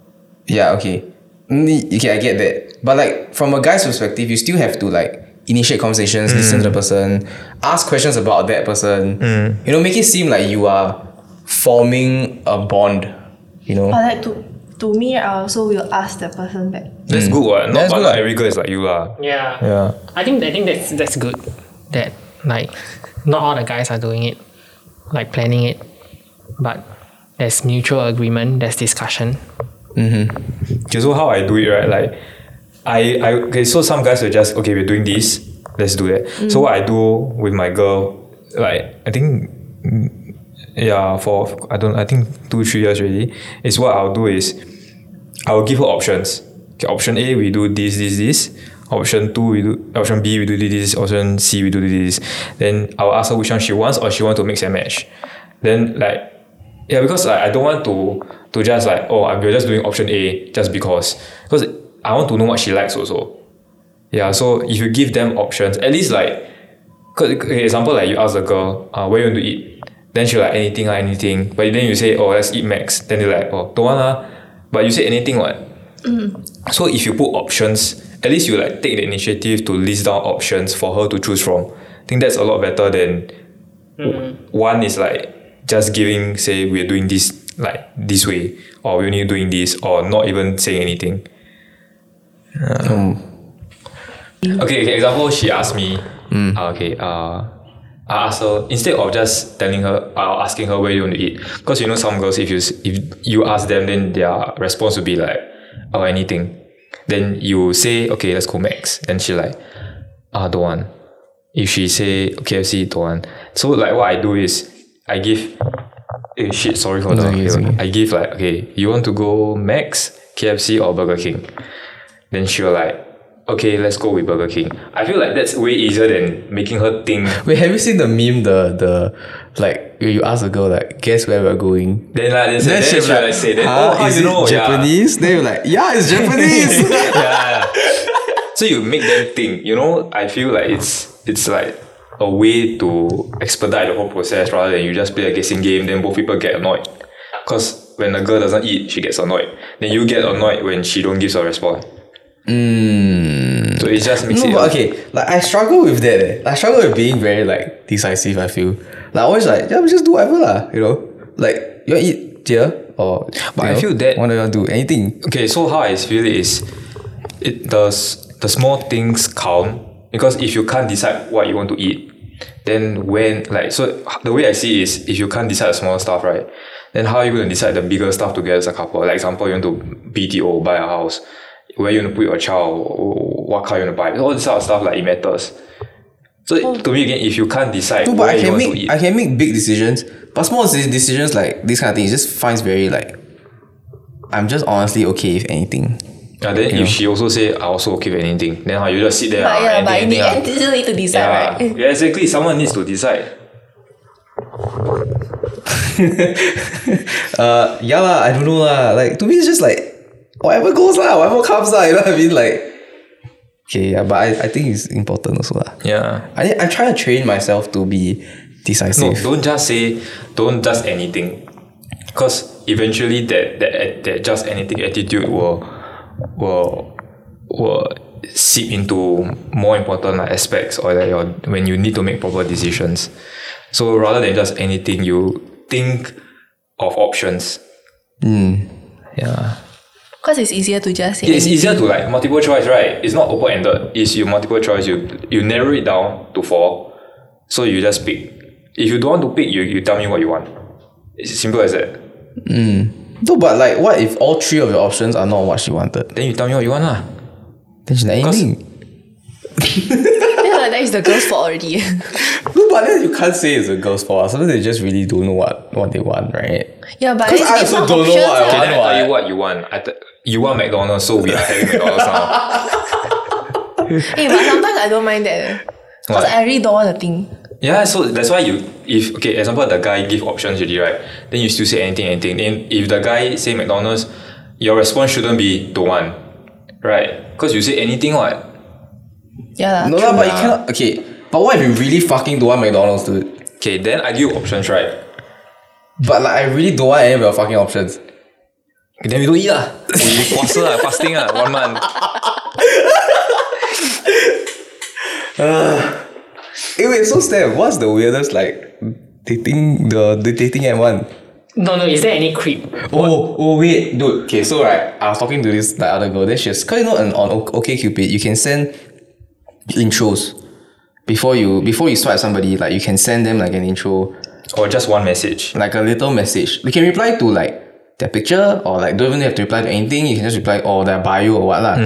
Yeah, okay. Mm, Okay, I get that. But like from a guy's perspective, you still have to like initiate conversations, listen to the person, ask questions about that person. You know, make it seem like you are forming a bond. You know?
But like to to me, I also will ask the person back.
That's good, what? Not,
mm. That's
but
good,
not
what.
every girl is like you, lah.
yeah.
Yeah.
I think I think that's that's good. That like not all the guys are doing it, like planning it, but there's mutual agreement. There's discussion.
Okay, so how I do it, right? Like, I, I, okay, so some guys are just, okay, we're doing this, let's do that. So what I do with my girl, like, I think, mm, yeah, for, I don't, I think two, three years already, is what I'll do is, I'll give her options. Okay, option A, we do this, this, this. Option two, we do option B, we do this. Option C, we do this. Then I'll ask her which one she wants, or she want to mix and match. Then like, yeah, because like, I don't want to to just like oh I'm we're just doing option A just because because I want to know what she likes also. Yeah, so if you give them options, at least like, cause okay, example like you ask a girl, uh, where you want to eat, then she like anything ah, anything. But then you say oh let's eat Max, then they like oh don't want ah. but you say anything what. So if you put options, at least you like take the initiative to list down options for her to choose from. I think that's a lot better than w- one is like just giving say we're doing this like this way or we're only doing this or not even saying anything. Okay, okay, example, she asked me, uh, okay, uh, I asked her, instead of just telling her, uh, asking her where you want to eat, because you know some girls, if you, s- if you ask them, then their response will be like, oh, anything. Then you say, okay, let's go Max. Then she like, ah, don't want. If she say KFC, don't want. So like what I do is, I give, eh, shit, sorry for the,
okay, it's okay.
I give like, okay, you want to go Max, KFC or Burger King? then she will like, okay, let's go with Burger King. I feel like that's way easier than making her think.
Wait, have you seen the meme? The the like you you ask a girl like, guess where we're going.
Then like, then,
Then
then she
she'll
will
be like,
like say, then,
"Huh,
oh, how
is
you
it
know? Yeah.
Japanese? Then you're like, yeah, it's Japanese.
yeah. So you make them think. You know, I feel like it's it's like a way to expedite the whole process rather than you just play a guessing game. Then both people get annoyed. Cause when a girl doesn't eat, she gets annoyed. Then you get annoyed when she don't give a response. Mm. So it just makes
no,
it.
but okay, like I struggle with that. eh. I struggle with being very like decisive. I feel like I always like yeah, we just do whatever lah. You know, like you want eat deer or you
But I
know,
feel that-
what do you want to do anything.
okay, so how I feel is it does the small things count because if you can't decide what you want to eat, then when like so the way I see is if you can't decide the small stuff, right? Then how are you gonna decide the bigger stuff together as a couple? Like example, you want to BTO, buy a house, where you want to put your child, what car you want to buy, all this sort of stuff like it matters. So to me again, if you can't decide
No, but
where
I
you
can
want to eat,
make I can make big decisions, but small de- decisions like this kind of thing, it just finds very like I'm just honestly okay if anything.
And ah, then if she also say I also okay with anything, then how you just sit there
But
ah,
yeah,
anything,
but in the
anything, ah.
end, you still need to decide,
yeah.
right?
yeah, exactly. Someone needs to decide.
Uh, yeah lah, I don't know lah. Like to me, it's just like whatever goes lah, whatever comes lah. You know what I mean? Like okay, yeah, but I, I think it's important also lah.
Yeah.
I think- I'm trying to train myself to be
No,
decisive.
don't just say, don't just anything, because eventually that that that just anything attitude will will will seep into more important like, aspects or that your when you need to make proper decisions. So rather than just anything, you think of options. Yeah.
Because it's easier to just say.
Yeah, it's easier to like multiple choice, right? It's not open ended. It's you multiple choice. You you narrow it down to four, so you just pick. If you don't want to pick, you, you tell me what you want. It's simple as that.
No, but like, what if all three of your options are not what she wanted?
Then you tell me what you want lah.
Then she's like, anything.
yeah, that is the girl's fault already.
No, but then you can't say it's a girl's fault. Sometimes they just really don't know what, what they want, right?
yeah, but
'Cause
it's
I
it's
also
not
don't know
options.
what I
ah.
Okay, then I tell
want.
you what you want. I th- you want McDonald's, so we are having McDonald's now.
Eh, but sometimes I don't mind that. Because
What?
I really don't want to think.
Yeah, so that's why you if okay, example the guy give options already, right? Then you still say anything, anything. Then if the guy say McDonald's, your response shouldn't be don't want. Right? Because you say anything what?
Yeah, lah,
No,
true
lah, but you
lah.
cannot. Okay, but what if you really fucking don't want McDonald's, dude?
Okay, then I give you options, right?
But like, I really don't want any of your fucking options.
Then we don't eat lah. We fast lah, fasting lah, one month.
Hey, Eh, wait, so Steph, what's the weirdest like dating the, the dating app one?
No, no. Is there any creep?
Oh, oh wait, dude. Okay, so right, I was talking to this the other girl. Then she was, cause you know, on, on O- OkCupid, you can send intros before you before you swipe somebody. Like you can send them like an intro,
Or Oh, just one message.
like a little message. You can reply to like their picture or like don't even have to reply to anything. You can just reply or their bio or what lah.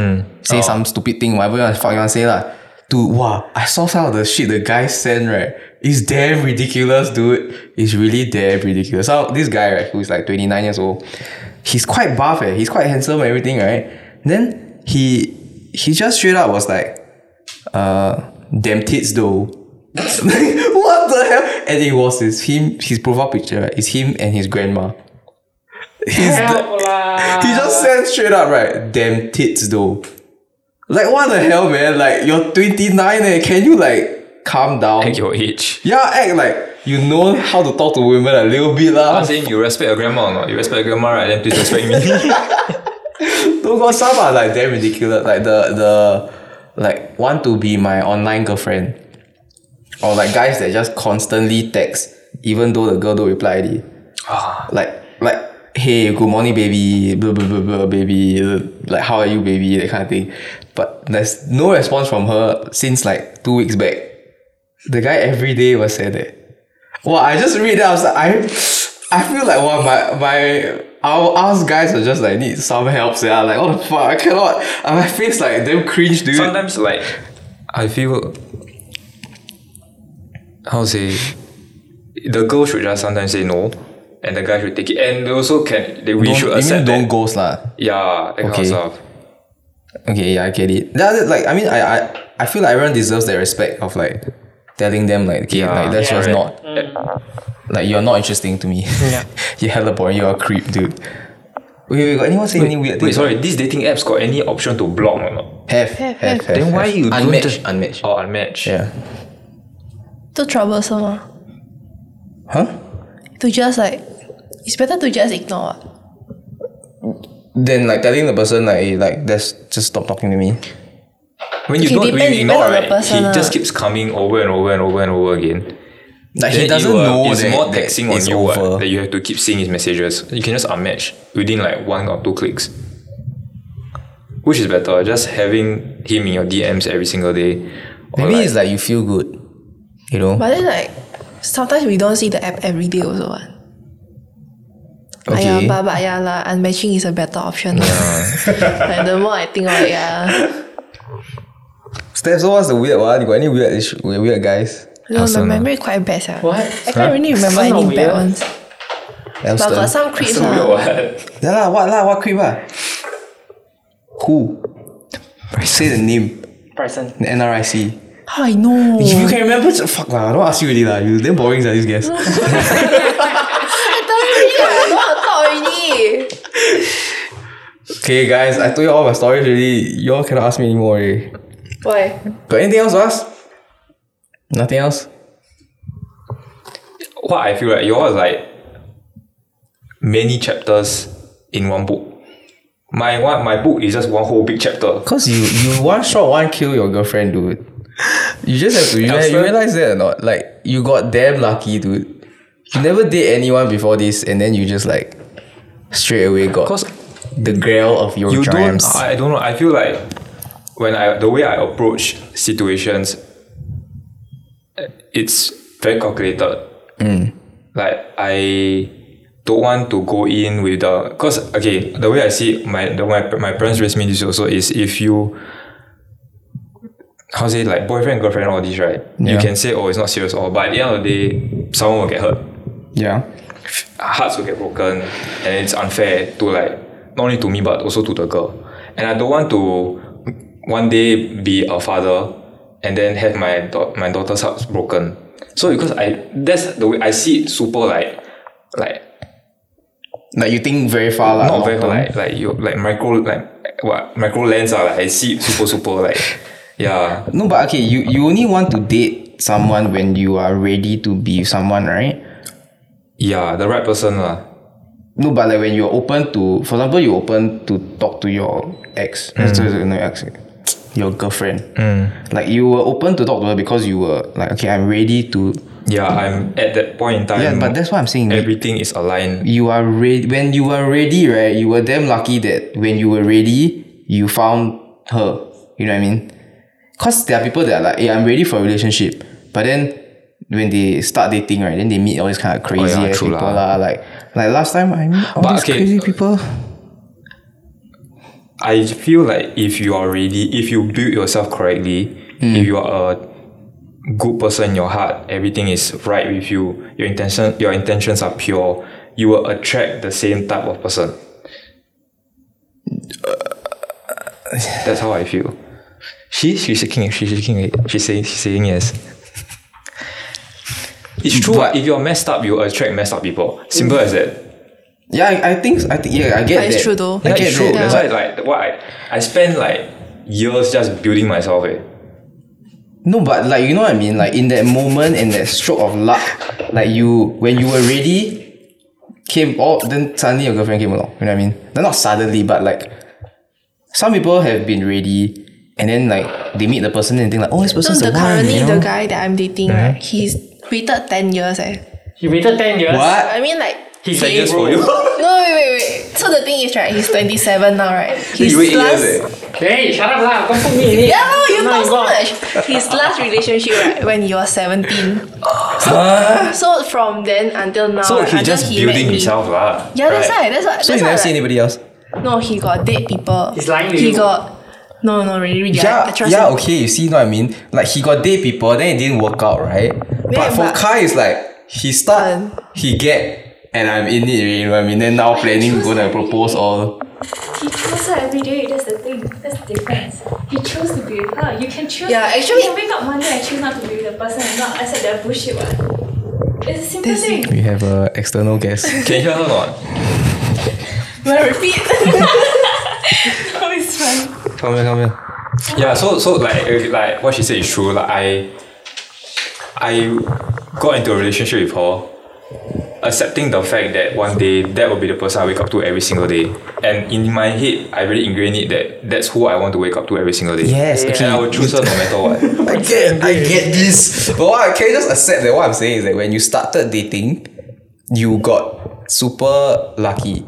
Say some stupid thing, whatever you want, fuck you want to say lah. Dude, wow, I saw some of the shit the guy sent right. It's damn ridiculous, dude. It's really damn ridiculous. So this guy right, who's like 29 years old, he's quite buff eh. He's quite handsome and everything, right? Then he he just straight up was like, uh, damn tits though. like, what the hell? And it was his him his profile picture right, is him and his grandma. He's the-
Help lah.
he just said straight up, right? Damn tits though. Like what the hell, man? Like you're 29 eh? Can you like calm down?
At your age.
Yeah, act like you know how to talk to women a little bit
I'm
lah.
saying you respect your grandma or not? You respect your grandma, right? Then please respect me.
No, got some are like damn ridiculous. Like the the like want to be my online girlfriend, or like guys that just constantly text even though the girl don't reply. Already.
Ah.
Like like hey good morning baby blah blah blah blah baby like how are you baby that kind of thing, but there's no response from her since like two weeks back. The guy every day was saying that. Well, I just read that I was like, I, I feel like one my my our us guys are just like need some help. Yeah, like what the fuck, I cannot. And my face like damn cringe, dude.
Sometimes like I feel how to say the girl should just sometimes say no and the guy should take it. And they also can they, we
Don't-
should
you mean
accept that.
don't ghost lah.
Yeah, that kind
Okay.
of stuff.
Okay, yeah, I get it. That's it, like I mean, I I I feel like everyone deserves that respect of like telling them like, okay,
Yeah.
like that's
Yeah,
just
right.
not like you're not interesting to me.
Yeah.
you're hella boring. You're a creep, dude. Wait, wait, got anyone say any weird
Mm.
things?
Wait, sorry, these dating apps got any option to block or not?
Have, have, have, have.
Then why you don't
unmatched,
just-
unmatched?
Or unmatched?
Yeah.
Too troublesome. ah.
Huh?
To just like, it's better to just ignore. ah.
Then like telling the person like, hey, like that's just stop talking to me.
When you
Okay,
don't when
depends-
you ignore
depends on the
right, he
person lah.
just keeps coming over and over and over and over again.
Like
Then
he
it
doesn't
will-
know
it's
that,
more
that
taxing on
it's
you what,
over.
that you have to keep seeing his messages. You can just unmatch within like one or two clicks. Which is better, just having him in your DMs every single day. Or
Maybe
like-
it's like you feel good, you know.
But then like, sometimes we don't see the app every day also. ah. Like,
okay.
oh, yeah, but, but yeah, lah, unmatching is a better option. lah. like, the more I think about it, yeah.
Steph, so what's the weird one? You got any weird issue, weird, weird guys?
No, my
Awesome, ah.
memory quite bad. sia.
What?
I can't really remember
That's not
any bad
weird.
ones. But
Elston.
got some creeps. ah.
So
lah.
uh,
weird, what?
Yeah lah, what lah, what creep lah? Who? Say the name.
Bryson.
The NRIC.
How I know?
If you can remember, just- fuck lah. I don't ask you really lah. You damn boring lah, this guess.
I don't want to talk already.
okay, guys, I told you all my stories already. Y'all cannot ask me anymore. Eh.
Why?
Got anything else to ask? Nothing else.
What I feel like yours is like many chapters in one book. My one my book is just one whole big chapter.
Cause you you one shot one kill your girlfriend, dude. You just have to. You,
Elston?
you realize that or not? Like you got damn lucky, dude. You never date anyone before this, and then you just like straight away got
Cause
the grail of your
you
dreams.
don't I don't know. I feel like when I the way I approach situations it's very calculated.
Mm.
Like I don't want to go in with the cause okay, the way I see it, my the way my, my parents raised me this also is if you how to say like boyfriend, girlfriend, all these, right? You
Yeah.
can say, oh, it's not serious, all, but at the end of the day, someone will get hurt
yeah.
hearts will get broken and it's unfair to like not only to me but also to the girl and i don't want to one day be a father and then have my da- my daughter's heart broken so because i that's the way i see it super like like
Like you think very far, lah. long
not very
term.
like like you like micro like what micro lens are like i see it super super like yeah
No, but okay, you, you only want to date someone when you are ready to be with someone, right?
yeah the right person lah.
No, but like when you're open to, for example, you're open to talk to your ex, sorry, no, your ex, your girlfriend. Like you were open to talk to her because you were like, okay, I'm ready to.
yeah i'm at that point in time
Yeah, but that's what I'm saying.
everything is aligned
you are ready when you were ready, right? You were damn lucky that when you were ready, you found her. You know what I mean? Cause there are people that are like, hey, I'm ready for a relationship, but then when they start dating, right, then they meet all these kind of crazy
yeah,
ass
true
people Oh, lah.
lah.
uh, Like, like last time I meet all
But
these
okay,
crazy people.
I feel like if you are ready, if you build yourself correctly, if you are a good person in your heart, everything is right with you, your intention your intentions are pure, you will attract the same type of person. That's how I feel. She she's shaking it, she's shaking it. She's saying she's saying yes. It's true.
But-
if you're messed up, you attract messed up people. Simple as that.
Yeah, I, I think I think yeah, I get
That is
that.
true though.
I
Yeah,
get
it's true.
that.
That's why, like, what I, I spent like years just building myself. Eh.
No, but like you know what I mean. Like in that moment and that stroke of luck, like you when you were ready, came all then suddenly your girlfriend came along. You know what I mean? No, not suddenly, but like some people have been ready and then like they meet the person and think like, oh, this
So
person's
the
the one.
currently
You
the
know?
guy that I'm dating, right, he's waited ten years. Eh.
He waited 10 years.
What?
I mean like
He's
Ten years
bro.
for you.
no wait wait wait. So the thing is right, he's twenty seven now, right? He's
you wait eight years. Eh.
Hey, shut up lah. Don't put me in it.
Yeah, no, you
Oh my
talk so
God.
much. His last relationship right, when he was seventeen. So, so from then until now,
So
right,
he
until
just
he
building
met me-
himself. lah.
Yeah, that's
right.
why. That's
So
why. that's
you
why,
never
like,
see anybody else.
No, he got date people.
He's lying to
He
you.
got no, no, really, really. I- I
Yeah,
trust
yeah,
him.
okay. You see, know what I mean? Like he got date people, then it didn't work out, right? but for
but-
Kai, it's like he
Um,
start, he get, and I'm in it. You know what I mean? Then now planning gonna propose all.
He chose her every day. That's the thing. That's the difference. He chose to be with her. You can choose.
Yeah, actually-
You can wake up one day and choose not to be with the person and not accept their bullshit. What? It's a simple thing.
We have a external guest.
Can you hear her or not?
Wanna repeat?
Oh, it's fun.
Come here, come here. Yeah, so so like uh, like what she said is true. Like I I got into a relationship with her, accepting the fact that one day that will be the person I wake up to every single day. And in my head, I really ingrained it that that's who I want to wake up to every single day.
Yes,
and
okay.
I will choose her no matter what.
I get, I get this. But what, can you just accept that what I'm saying is that when you started dating, you got super lucky.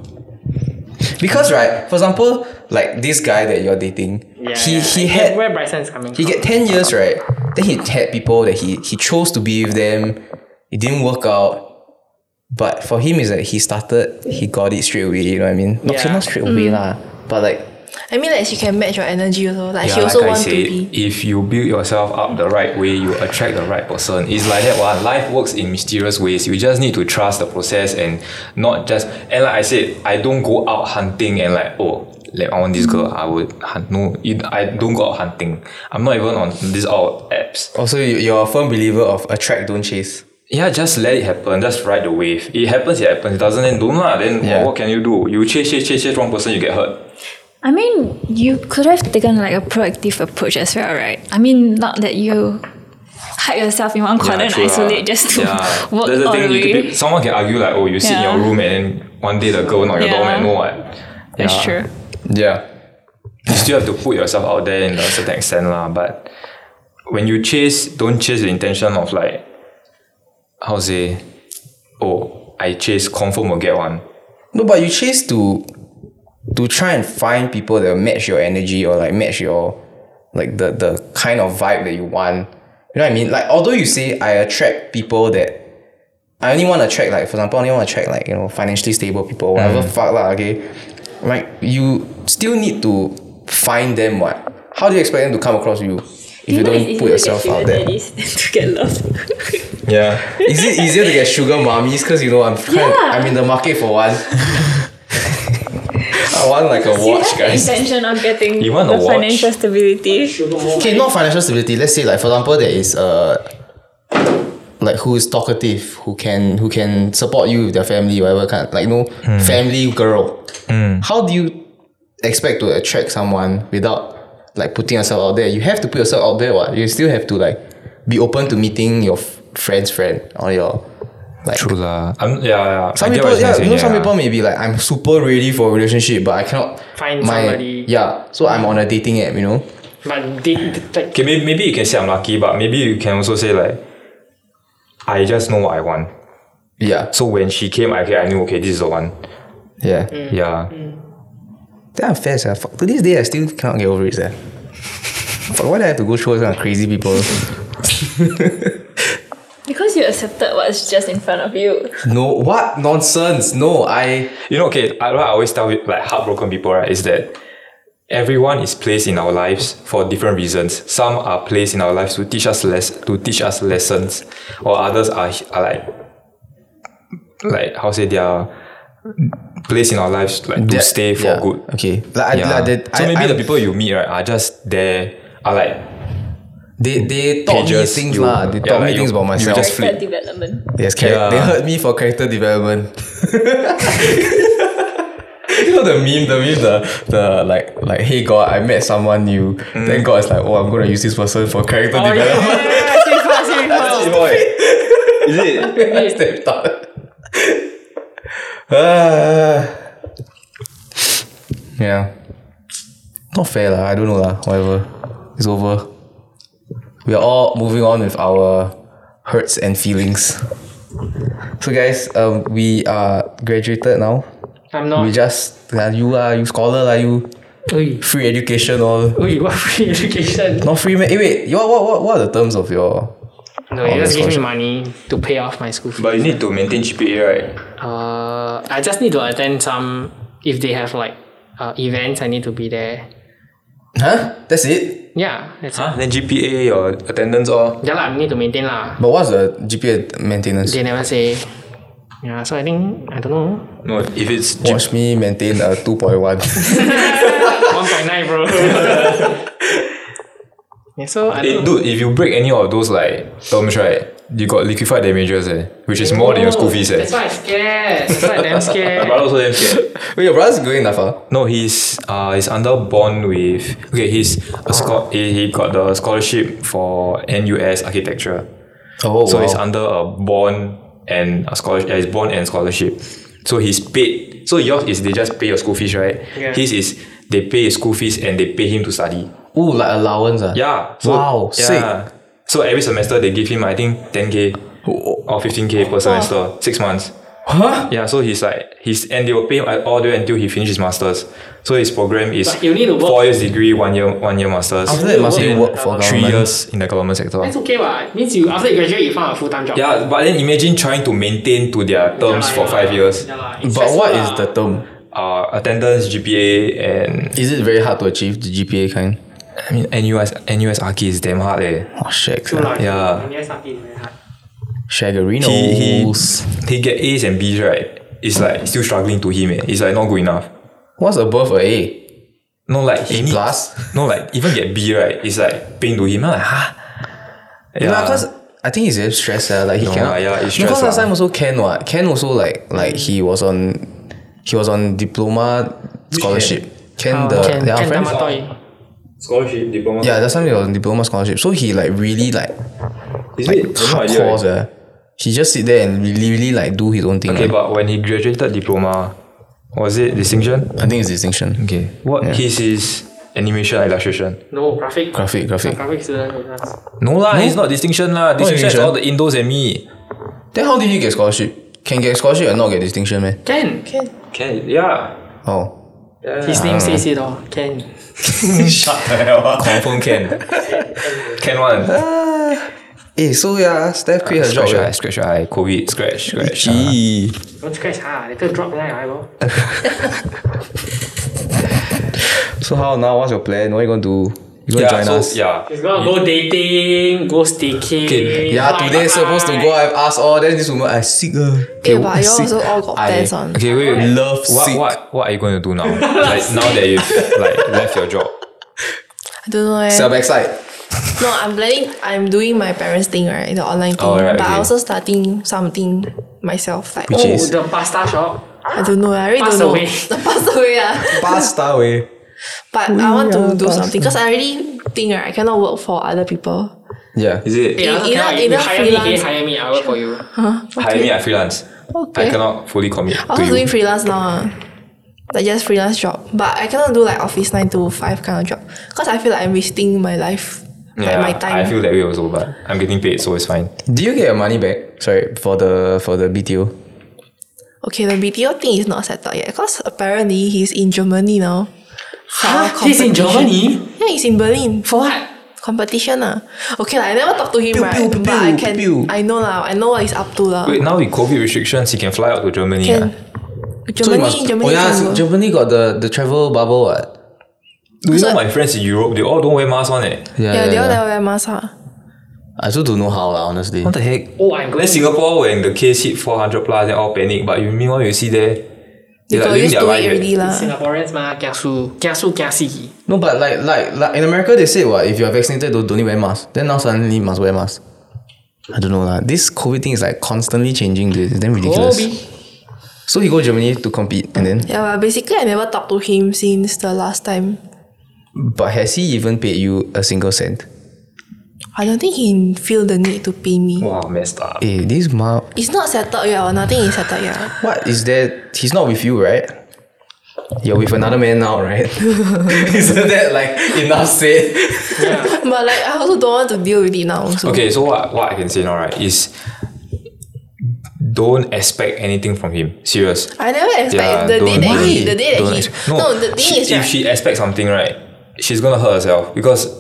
Because right, for example, like this guy that you're dating,
Yeah,
he
yeah.
he
I get
had
where Bryson is coming
he
from.
get ten years right. Then he had people that he he chose to be with them. It didn't work out. But for him is like he started, he got it straight away. You know what I mean? Mm. Okay,
Yeah.
not straight away lah. But like
I mean, like she can match your energy also. Like she
Yeah,
also
like I
want
said,
to be.
if you build yourself up the right way, you attract the right person. It's like that one. Life works in mysterious ways. You just need to trust the process and not just. And like I said, I don't go out hunting and like oh. Like I want this girl, I would hunt. No, it, I don't go out hunting. I'm not even on these all apps.
Also, Oh, you- you're a firm believer of attract, don't chase.
Yeah, just let it happen. Just ride the wave. It happens, it happens. It doesn't, then don't lah. Then
Yeah.
what, what can you do? You chase, chase, chase, chase wrong person, you get hurt.
I mean, you could have taken like a proactive approach as well, right? I mean, not that you hide yourself in one corner and
true lah.
isolate just to
yeah.
work
That's the
all
thing.
the
You could
way.
be, someone can argue like, oh, you sit in
Yeah.
your room and then one day the girl knock your
Yeah.
door and know what.
That's true.
Yeah.
You still have to put yourself out there in a certain extent lah. But when you chase, don't chase the intention of like, how to say, oh, I chase, confirm will get one.
No, but you chase to to try and find people that match your energy or like match your like the the kind of vibe that you want. You know what I mean? Like although you say I attract people that I only want to attract like for example I only want to attract like you know financially stable people whatever fuck lah okay, like you still need to find them what? How do you expect them to come across you if you, don't put yourself out there?
to get love.
Yeah.
Is it easier to get sugar mummies? Cause you know I'm trying,
Yeah.
I'm in the market for one. I want like a watch, guys.
intention of getting
You want a
the
the watch?
financial
financial
stability.
Okay, not financial stability. Let's say like for example, there is uh like who is talkative, who can who can support you with their family, whatever kind. Like no family girl. How do you expect to attract someone without like putting yourself out there? You have to put yourself out there. What you still have to like be open to meeting your f- friend's friend or your like
True lah. I'm, yeah, yeah.
Some
I get
people,
what you're
yeah,
saying,
you know, some
yeah.
people may be like, I'm super ready for a relationship, but I cannot
Find somebody.
Yeah, so I'm on a dating app, you know.
But they, they- like,
Okay, maybe, maybe you can say I'm lucky, but maybe you can also say like, I just know what I want.
Yeah,
So when she came, I, I knew, okay, this is the one.
yeah.
Mm.
Yeah.
Damn fair, sir. Fuck. To this day, I still cannot get over it, sir. Fuck, why do I have to go through all kind of crazy people?
Because you accepted what's just in front of you.
no, what nonsense? No, I.
You know, okay, I, what I always tell like heartbroken people, right, is that everyone is placed in our lives for different reasons. Some are placed in our lives to teach us less, to teach us lessons, or others are, are like, like how to say they are placed in our lives like to
that-
stay for
yeah,
good.
Okay, like, I,
Yeah.
like that,
so
I,
maybe
I,
the people you meet, right, are just there, are like
they they taught
pages,
me things,
you-
lah. They
yeah,
taught
like
me
you-
things about
you
myself.
just flip.
Character development.
yes, char-
Yeah.
they hurt me for character development. you know the meme, the meme, the the like like hey God, I met someone new. Then God is like, oh, I'm gonna use this person for character development.
Is it?
That's the thought. Ah. yeah, not fair lah. I don't know lah. Whatever, it's over. We are all moving on with our hurts and feelings. So guys, um, we are graduated now.
I'm not.
We just uh, you are you scholar are you
Oi,
free education all
oi, what free education?
not free man. Eh, wait, you what what what what are the terms of your?
No, you
Oh,
just
that's
give me
awesome.
money to pay off my school fees.
But you need to maintain GPA, right?
Uh, I just need to attend some. If they have like uh, events, I need to be there.
Huh? That's it.
Yeah, that's
Huh? Then GPA, your attendance, all.
it. Yeah, lah, I need to maintain lah.
But what's the GPA maintenance?
They never say. Yeah, so I think I don't know.
No, if it's G-
Watch me maintain a two point one.
One point nine, bro. yeah, so I
Hey,
don't know.
dude, if you break any of those like terms, right, you got liquefied damages, eh, which is more than your school fees, eh.
That's why I'm scared. That's why I'm damn
My
scared.
brother also damn scared.
Wait, your brother's going NAFA?
No, he's uh he's under bond with okay, he's a scho- he, he got the scholarship for NUS architecture.
Oh,
So he's under a bond and a scholarship. Yeah, it's bond and scholarship. So he's paid. So yours is they just pay your school fees, right?
Yeah.
His is they pay his school fees and they pay him to study.
Ooh, like allowance ah.
Yeah. So,
Wow,
yeah. So every semester they give him I think 10k or 15k per semester, six months.
oh. Huh?
Yeah. So he's like he's and they will pay him all the way until he finishes masters. So his program is
But he'll need to work.
four years degree, one year one year masters.
After that, must you
Then
work for
three
government?
years in the government sector.
That's okay, what? Means you after you graduate, you found a full time job.
Yeah, but then imagine trying to maintain to their
Yeah lah,
terms for
yeah
five
lah,
years.
Yeah, lah. It's
But what is
stressful lah.
the term?
uh, attendance, GPA, and
Is it very hard to achieve the GPA kind?
I mean NUS NUS Arki is damn hard eh.
Oh, shit.
True lah.
Yeah.
And yes, lucky is very hard.
Shagarinos.
He he he get A's and B's right. It's like still struggling to him. Eh. It's like not good enough.
What's above a A?
No like
A
he needs-
plus?
No like even get B right. It's like pain to him. I'm like huh.
Yeah, because I think he's very stressed. Uh, like he
No,
cannot.
lah, yeah, it's
because
stress ah.
last
lah.
time also Ken what Ken also like like he was on he was on diploma scholarship. Ken
Uh,
the
Ken,
they are
Ken
friends?
Tamatoi.
scholarship diploma.
Yeah, that's time he was on diploma scholarship. So he like really like
is
like
it? I have no idea,
hardcore.
eh.
sia. He just sit there and really really like do his own thing.
Okay,
like.
but when he graduated diploma, was it distinction?
I think it's distinction.
Okay. What
Yeah.
his is animation illustration?
No, graphic.
Graphic, graphic.
Graphic student with us.
No lah, it's not distinction lah. Distinction is
distinction?
all the Indos and me.
Then how did he get scholarship? Can get scholarship and not get distinction, man?
Ken.
Can yeah.
Oh.
His name says it all. Ken.
Shut the hell up. Confirm can. can one.
Eh, so yeah, Steph quit her job. eh.
Scratch eye,
yeah.
scratch eye, COVID, scratch, scratch. ah.
Gee.
Don't scratch ha. Later drop line, I will.
So how now? What's your plan? What you gonna do? You gonna
Yeah,
join
so,
us?
yeah.
He's gonna go dating, go staycation.
Okay,
Yeah, today supposed to go. I've asked all. Then this woman, I sick uh. her.
Eh, but you all also all got plans on.
Okay, wait, wait.
Love
what,
sick.
what what are you going to do now? like now that you've like left your job.
I don't know. Eh.
Sell backside.
No, I'm planning. I'm doing my parents thing, right? The online thing.
Oh, right,
but
okay.
I also starting something myself. Like
Oh,
Which is-
the pasta shop.
I don't know. I really
Pass
don't know.
away.
Pass away, yeah.
Pasta way.
But I want to do something because I already think right, I cannot work for other people.
Yeah.
Is it?
Yeah,
either-
okay,
either
you hire me, hey,
freelance-
hire me, I work for you.
Hire me at freelance. I
Okay.
cannot fully commit
I
to
also
you.
doing freelance now. ah. Like just freelance job. But I cannot do like office nine to five kind of job. Because I feel like I'm wasting my life.
yeah,
like my time.
I feel that way also, but I'm getting paid, so it's fine.
Do you get your money back? Sorry for the for the BTO.
okay, the BTO thing is not settled yet. Because apparently he's in Germany now. for
Huh? He's
competition.
in Germany?
Yeah, he's in Berlin.
For what?
competition lah. Okay lah, I never talk to him
Pew,
right,
pew,
but
pew,
I can.
pew.
I know lah. I know what he's up to lah.
Wait, now with COVID restrictions, you can fly out to Germany. ah.
can
So you
Germany,
must-
Germany,
oh yeah,
can
so
go.
Germany got the the travel bubble. What?
Do you
So-
know my friends in Europe? They all don't wear masks eh? on it.
yeah, they all never wear mask ah. huh?
I also don't know how lah. Honestly.
the heck?
Oh, I'm
Then
going
Singapore, when the case hit 400 plus, they all panic. But you meanwhile, you see there,
They
they like
got
living
used
their
to
life.
it already
eh.
lah.
Singaporeans ma, kiasu, kiasu, kiasi.
No, but like, like like in America they say what if you are vaccinated don't, don't need wear mask. Then now suddenly must wear mask. I don't know lah. This COVID thing is like constantly changing. Dude. It's damn ridiculous.
Kobe.
So he go Germany to compete and then
Yeah, but basically I never talked to him since the last time.
but has he even paid you a single cent?
I don't think he feel the need to pay me.
Wow, messed up.
Eh, this ma
It's not settled yet. Or nothing is settled yet.
what is that he's not with you, right? You're with another man now, right? Isn't that like enough said?
Yeah.
but like I also don't want to deal with it now. Also.
Okay, so what, what I can say now, right, is don't expect anything from him. Serious.
I never expect
Yeah,
the day
don't,
that he,
don't-
the day
don't
that he,
expect-
no, the thing
she-
is
if
right,
she expects something, right, she's gonna hurt herself because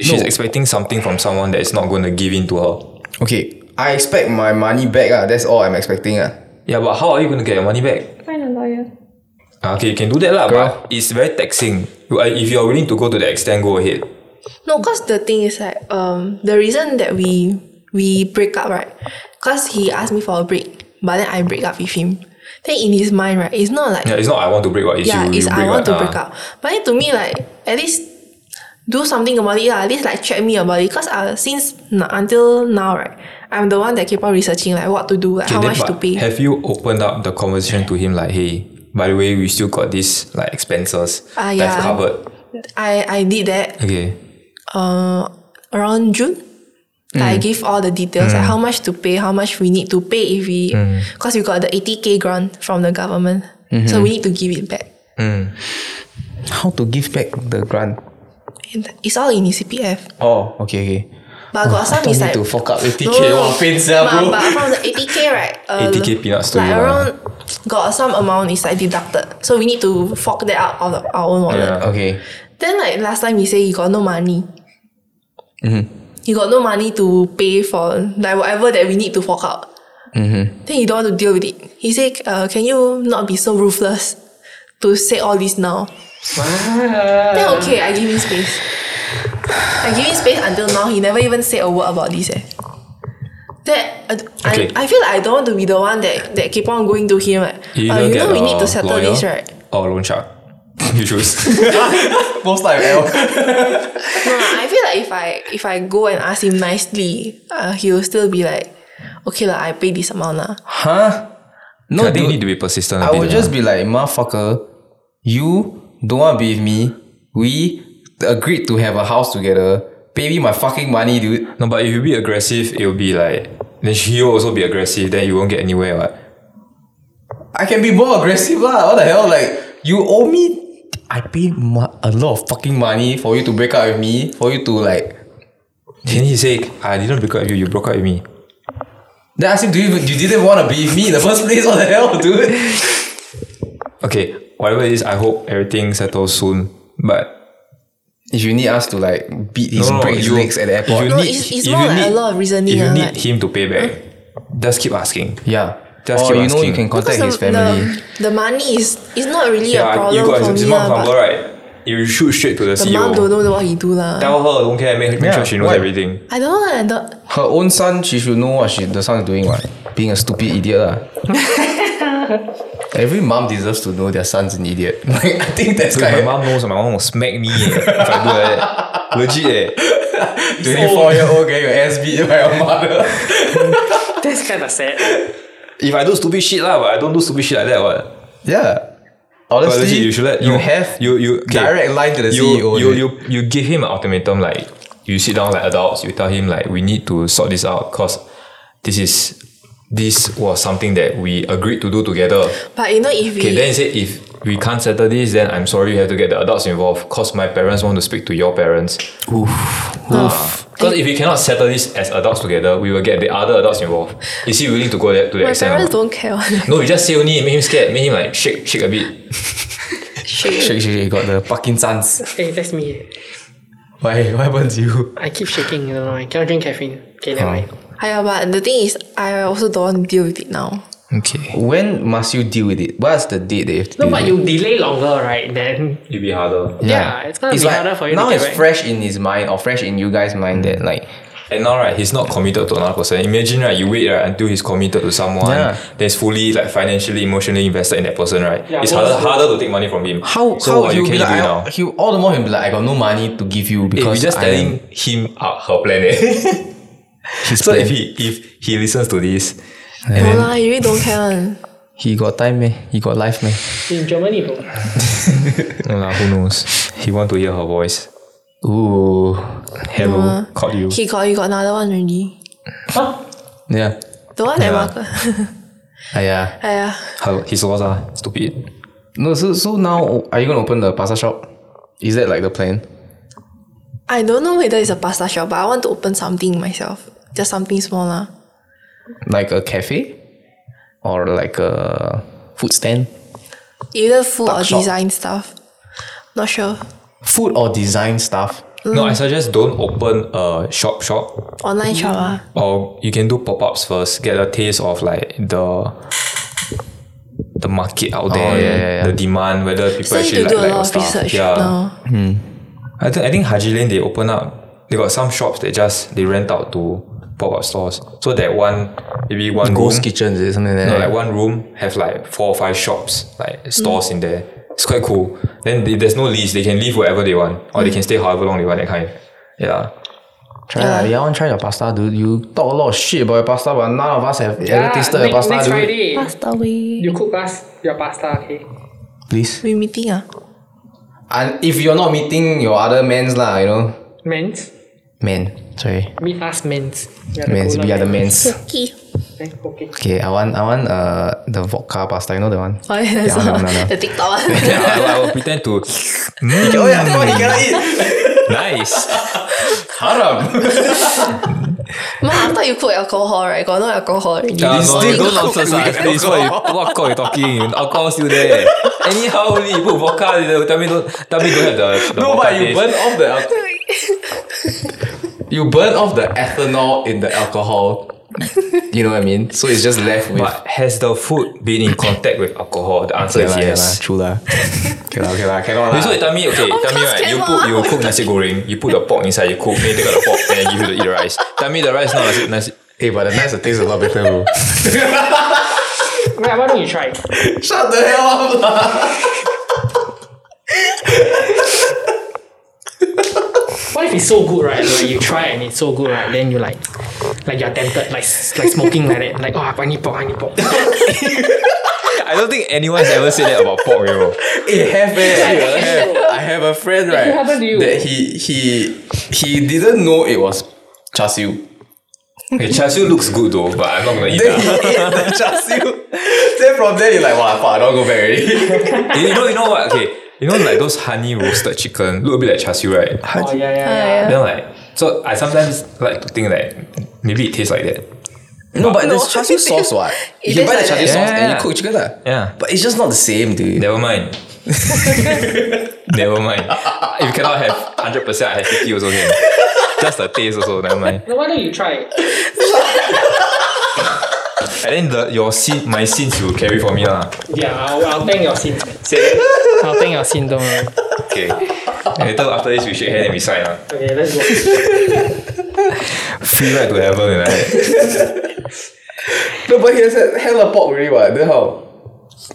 she's expecting something from someone that is not gonna give in to her.
Okay. I expect my money back, ah. that's all I'm expecting. Ah.
Yeah, but how are you gonna get your money back?
Find a lawyer.
Ah, Okay, you can do that lah,
Girl.
but it's very taxing. You are- If you are willing to go to the extent, go ahead.
No, cause the thing is like um the reason that we we break up right, cause he asked me for a break, but then I break up with him. Then in his mind right, it's not like
Yeah, it's not I want to break up. It's
yeah,
you.
it's
you
I
break ah. up.
want to break up. But then to me like at least do something about it lah. At least like check me about it. Cause uh, since n- until now right, I'm the one that keep on researching like what to do, like
Okay,
how
then,
much
but
to pay.
Have you opened up the conversation to him like, hey, by the way, we still got these like expenses
Ah,
that
yeah.
I've covered.
I I did that
Okay.
uh around June. Like I
Mm.
give all the details, like how much to pay, how much we need to pay if we,
Mm.
because we got the 80k grant from the government,
Mm-hmm.
so we need to give it back.
How to give back the grant?
And It's all in his CPF,
Oh, okay, okay.
but got some
Oh, Don't
is
need
like
to fork out 80k.
no, no, no.
Wow, pain sia,
but,
bro.
but from the 80k right, uh,
80K peanuts to
like
you, ah.
around got some amount is like deducted, so we need to fork that out of our own wallet.
Yeah.
Okay.
Then like last time he say he got no money.
Mm-hmm.
He got no money to pay for like whatever that we need to
Mm-hmm.
fork out. Then he don't want to deal with it. He said, uh, "Can you not be so ruthless? to say all this now. Then okay, I give him space. I give him space until now. He never even said a word about this. Eh. That I, I-
Okay.
I, feel like I don't want to be the one that, that keep on going to him. Like,
You
"Uh,
either
you
get
know we
a
need to settle
lawyer
this, right?
Or loan shark. You choose.
Most like L.
No, I feel like if I if I go and ask him nicely, uh, he'll still be like, okay lah, I pay this amount lah.
Huh? No,
I
dude,
think you need to be persistent.
I
a bit
would
lah.
just be like, motherfucker, you don't want to be with me. We agreed to have a house together. Pay me my fucking money, dude.
No, but if you be aggressive, it'll be like then she will also be aggressive. Then you won't get anywhere. What?
I can be more aggressive lah. What the hell? Like you owe me. I pay mo- a lot of fucking money for you to break up with me. For you to like.
Then he say, "I didn't break up with you. You broke up with me."
Then I ask him, do you you didn't want to be with me in the first place? What the hell, dude?
Okay, whatever it is, I hope everything settles soon. But
If you need us to like beat his
no, no,
break his
you-
legs at the
if you
airport,
No,
need-
it's- it's
if
more
you
like a
need-
lot of reasoning,
If you
ah,
need
like-
him to pay back, just keep asking.
yeah.
Just
or
keep
you know you can
asking.
contact his
Because the,
family.
The, the money is is not really a
Yeah, you
problem
got
for me
his
lah,
mom
but
number, right? You shoot straight to the,
the mom don't
CEO.
know what he do lah.
Tell her, don't care. Make, make
Yeah,
sure she
why?
knows everything.
I don't know. I don't,
Her own son, she should know what she the son is doing. What being a stupid idiot lah. Every mom deserves to know their son's an idiot. Like I think that's
Dude, my
kind of
mom knows. My mom will smack me eh, if I do like that. Legit. Eh.
twenty four year old getting your ass beat by your mother.
That's kind of sad.
If I do stupid shit lah, but I don't do stupid shit like that. What?
Yeah.
But
Honestly,
legit, you should let you
have
you you okay.
direct line to the E
you,
CEO.
You,
dude.
you you give him an ultimatum like you sit down like adults. You tell him like we need to sort this out because this is this was something that we agreed to do together.
but you know if we
Okay, then he said if we can't settle this, then I'm sorry you have to get the adults involved because my parents want to speak to your parents. Because if we cannot settle this as adults together, we will get the other adults involved. Is he willing to go there to the
my
extent? or
parents
not?
don't care.
No, we just say only make him scared, make him like shake shake a bit.
Shit.
shake, shake, shake. Got the Parkinson's.
Hey, that's me.
Why? What happened to you?
I keep shaking. You know, I cannot drink caffeine. Okay, never mind.
!aiya! but the thing is, I also don't want to deal with it now.
Okay.
When must you deal with it? What's the date that you have to
No,
deal
but
with
you delay longer, right? Then
It'd be harder.
it?
yeah, it's gonna be harder for you to
Now
get Mm.
it's
back.
fresh in his mind or fresh in you guys' mind that like
And now, right, he's not committed to another person. Imagine, right, you wait right, until he's committed to someone
Yeah.
that's fully like financially, emotionally invested in that person, right?
Yeah,
it's
what
harder
was the-
harder to take money from him.
how
so
how
what
he'll
you can
be
do
like, I-
now?
He all the more he'll be like I got no money to give you
If
because
we're just
I am
telling him uh, her plan, eh?
his
so
plan.
if he if he listens to this,
No lah, you really don't care. one.
he got time man, he got life man.
in Germany, bro.
no lah, who knows? He want to hear her voice.
Ooh,
Hello,
No.
caught you.
He got, he got another one already.
Huh?
yeah,
The one that
Yeah.
Mark.
yeah.
Aya,
Her, his loss ah, stupid.
No, so so now are you gonna open the pasta shop? Is that like the plan?
I don't know whether it's a pasta shop, but I want to open something myself. Just something small lah.
like a cafe or like a food stand
Either food or
shop.
design stuff. Not sure.
food or design stuff
No,
Mm.
I suggest don't open a shop shop
Online shop ah.
Mm-hmm. or you can do pop-ups first get a taste of like the the market out there
yeah, yeah, yeah.
the demand whether people
Still need
actually
to
like,
do a
like
lot
your
of
stuff
research
yeah
now.
I think I think Haji Lane they open up they got some shops that just they rent out to pop-up stores so that one maybe one room
kitchen is it something like
no, like one room have like four or five shops like stores in there it's quite cool then they, there's no lease they can leave wherever they want or they can stay however long they want that kind yeah
try yeah. yeah I want to try your pasta dude you talk a lot of shit about your pasta but none of us have ever tasted your
next,
pasta
next
dude
Friday,
Pasta way.
you cook us your pasta, okay?
please
We meeting ah.
and if you're not meeting your other mans lah you know
Men's.
men sorry
Meet us, men's. We are the
mens
cooler
we are the
men.
mens
Okay.
Okay, Okay.
okay I want I want uh the vodka pasta you know the one
Why that's
no,
all.
no, no.
The TikTok one.
yeah I, will- I will pretend to hmm,
oh yeah come on you cannot eat
nice
haram
Ma, I thought you cook alcohol, right? Got no alcohol already.
You
Yeah, no,
still
no, don't
cook
nonsense
with
lah. Please, what you, what alcohol you talking? Alcohol still there. Anyhow, only you put vodka. you Tell me don't. Tell me don't have the. the
no
vodka
but you
taste.
burn off the al- you burn off the ethanol in the alcohol you know what I mean? So it's just left with.
But has the food been in contact with alcohol? The answer
Okay
is
lah,
yes.
yeah lah, true lah. okay lah, okay lah, cannot lah.
Okay, so you tell me, okay, tell me
course
right, you
cannot.
put you cook nasi goreng, you put the pork inside, you cook, then you take out the pork, then I give you to eat the rice. Tell me the rice not nasi, nasi
hey,
eh,
but the nice it tastes a lot better, bro.
Wait, why don't you try?
Shut the hell up, lah.
What if it's so good, right? Like you try and it's so good, right? Then you like, like you're tempted, like s- like smoking like that. Like oh, I need pork, I need pork.
I don't think anyone's ever said that about pork, you know.
It have eh. I have, I have a friend right
happened to you?
that he he he didn't know it was char siu.
Okay, char siu looks good though, but I'm not gonna eat
Then
that.
he ate the char siu. then from there he like, wow, fuck, I don't want to go back already.
you know, you know what? Okay, you know like those honey roasted chicken, look a bit like char siu, right?
Oh yeah, yeah, yeah.
Then like, so I sometimes like to think that maybe it tastes like that.
no, but there's char siu sauce what. You can
tastes
buy the
like
char siu
that.
sauce and you
Yeah.
cook chicken lah.
Yeah.
But it's just not the same, dude.
Never mind. never mind. If you cannot have 100%, I have 50 also can. Just the taste also, never mind.
No, why don't you try?
And then the, your sin, my sins you carry for me lah.
Yeah, I'll, I'll thank your sin. I'll thank your sin, don't worry.
Okay. Later after this we shake hands and we sign lah.
Okay, let's go.
Free ride to heaven and like.
No, but he has had hella pork already what. Then how?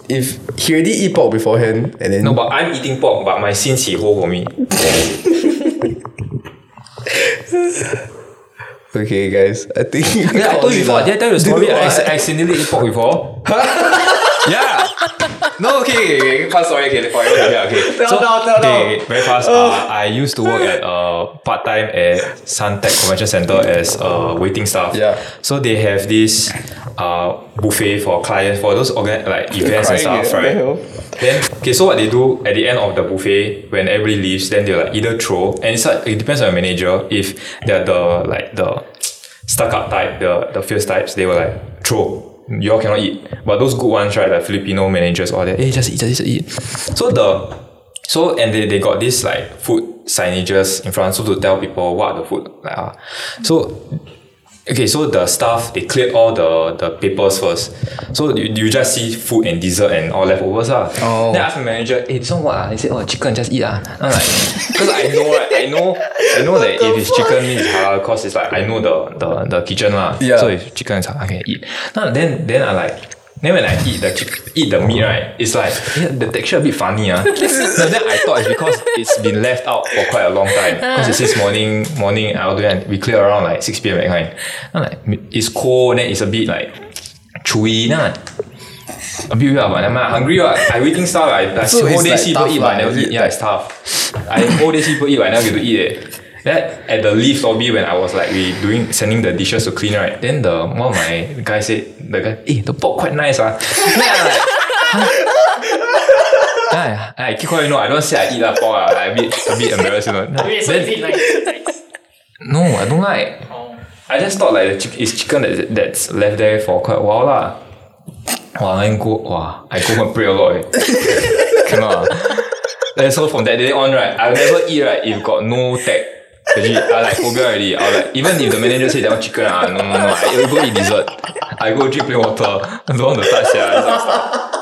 If he already eat pork beforehand and then
No, but I'm eating pork, but my sins he hold for me.
Okay guys, I think
Yeah, I told you before. Did I tell you the story?
Dude,
I
what?
ac- accidentally eat pork before. yeah. No, okay, okay, okay. Fast story, okay, for everyone to hear, okay.
Tell now, tell
okay,
now.
okay, very fast. Uh, I used to work at uh, part time at Suntec Convention Center as uh, waiting staff.
Yeah.
So they have this uh, buffet for clients for those organ- like events and
crying, eh, what the
stuff, right?
hell?
Then okay, so what they do at the end of the buffet when everybody leaves, then they will like either throw and it's like, it depends on your manager. If they're the like the stuck up type, the the fierce types, they will like throw. You all cannot eat. But those good ones, right? Like Filipino managers, all that. Hey, just eat, just eat. So the so and they, they got this like food signages in front so to tell people what the food like are. So Okay, so the staff they cleared all the, the papers first. So you, you just see food and dessert and all leftovers ah.
Oh.
Then I asked my manager, hey, this one what? ah?" They said, oh, chicken, just eat ah. I'm like, because I know right, I know, I know that if it's chicken means halal, cause it's like I know the the, the kitchen lah.
Yeah.
So if chicken is halal, I can eat. Now then then I like. Then when I eat the chick- eat the meat right, it's like yeah, the texture a bit funny ah. so then I thought it's because it's been left out for quite a long time. Because it says morning morning I'll do it and we clear around like six pm that kind. I'm like it's cold then it's a bit like chewy nah. A bit weird, but I'm hungry. What? I waiting stuff. I, I
So
whole
it's
day
like
see people
tough
eat, but I
lah,
never
is
eat.
it?
Yeah, it's tough. I whole day see people eat, but I never get to eat it. Then at the lift lobby when I was like we doing sending the dishes to clean right, then the one of my guy said the guy, hey, the pork quite nice ah. Then I like, huh? Then I- I keep quiet, you know. I don't say I eat that pork. ah, Like, a bit, a bit embarrassed, you know.
Wait, so is
Then-
it nice? Is it nice?
no, I don't like. Oh. I just thought like the chick- it's chicken that, that's left there for quite a while lah. Wow, then go wow, I go and pray a lot. Eh. Cannot. ah. Then so from that day on, right, I'll never eat right if got no tag. Legit, I like phobia already. I like even if the manager say that one chicken, ah, no no no, I go eat dessert. I go drink plain water. Don't want to touch yeah, it's like stuff.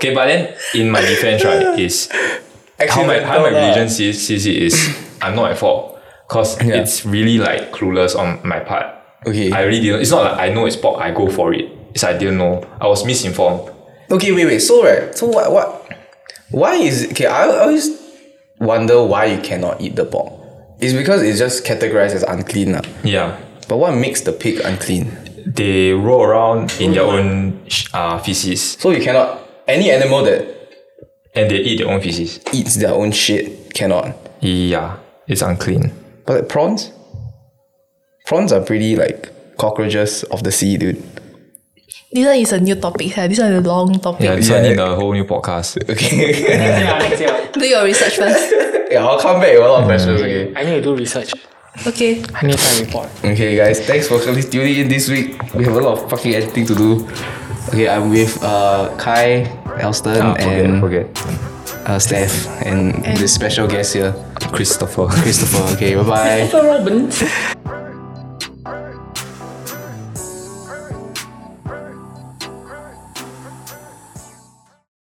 Okay, but then in my defense, right, is how my, how
Accidental
my
lah.
religion sees, sees it is I'm not at fault because
Yeah.
it's really like clueless on my part.
Okay.
I really didn't. It's not like I know it's pork. I go for it. It's I didn't know. I was misinformed.
Okay, wait, wait. So right, so what, what? Why is okay? I always wonder why you cannot eat the pork. It's because it's just categorized as unclean, lah.
Yeah,
But what makes the pig unclean?
they roll around in their own sh- uh, feces
So you cannot any animal that
and they eat their own feces.
eats their own shit cannot.
Yeah, it's unclean.
But like prawns, prawns are pretty like cockroaches of the sea, dude.
This one is a new topic. sia. This one is a long topic.
Yeah, this one
Yeah. Mm,
need a whole new podcast.
Okay.
Next year, next year.
Do your research first.
yeah, I'll come back with a lot of questions. Okay.
I need to do research.
Okay.
I need to find a report.
Okay, guys, thanks for tuning in this week. We have a lot of fucking editing to do. Okay, I'm with uh Kai, Elston,
Ah,
and
forget, forget.
uh, Steph and, the special guest here,
Christopher.
Christopher. Okay, bye bye.
Robin.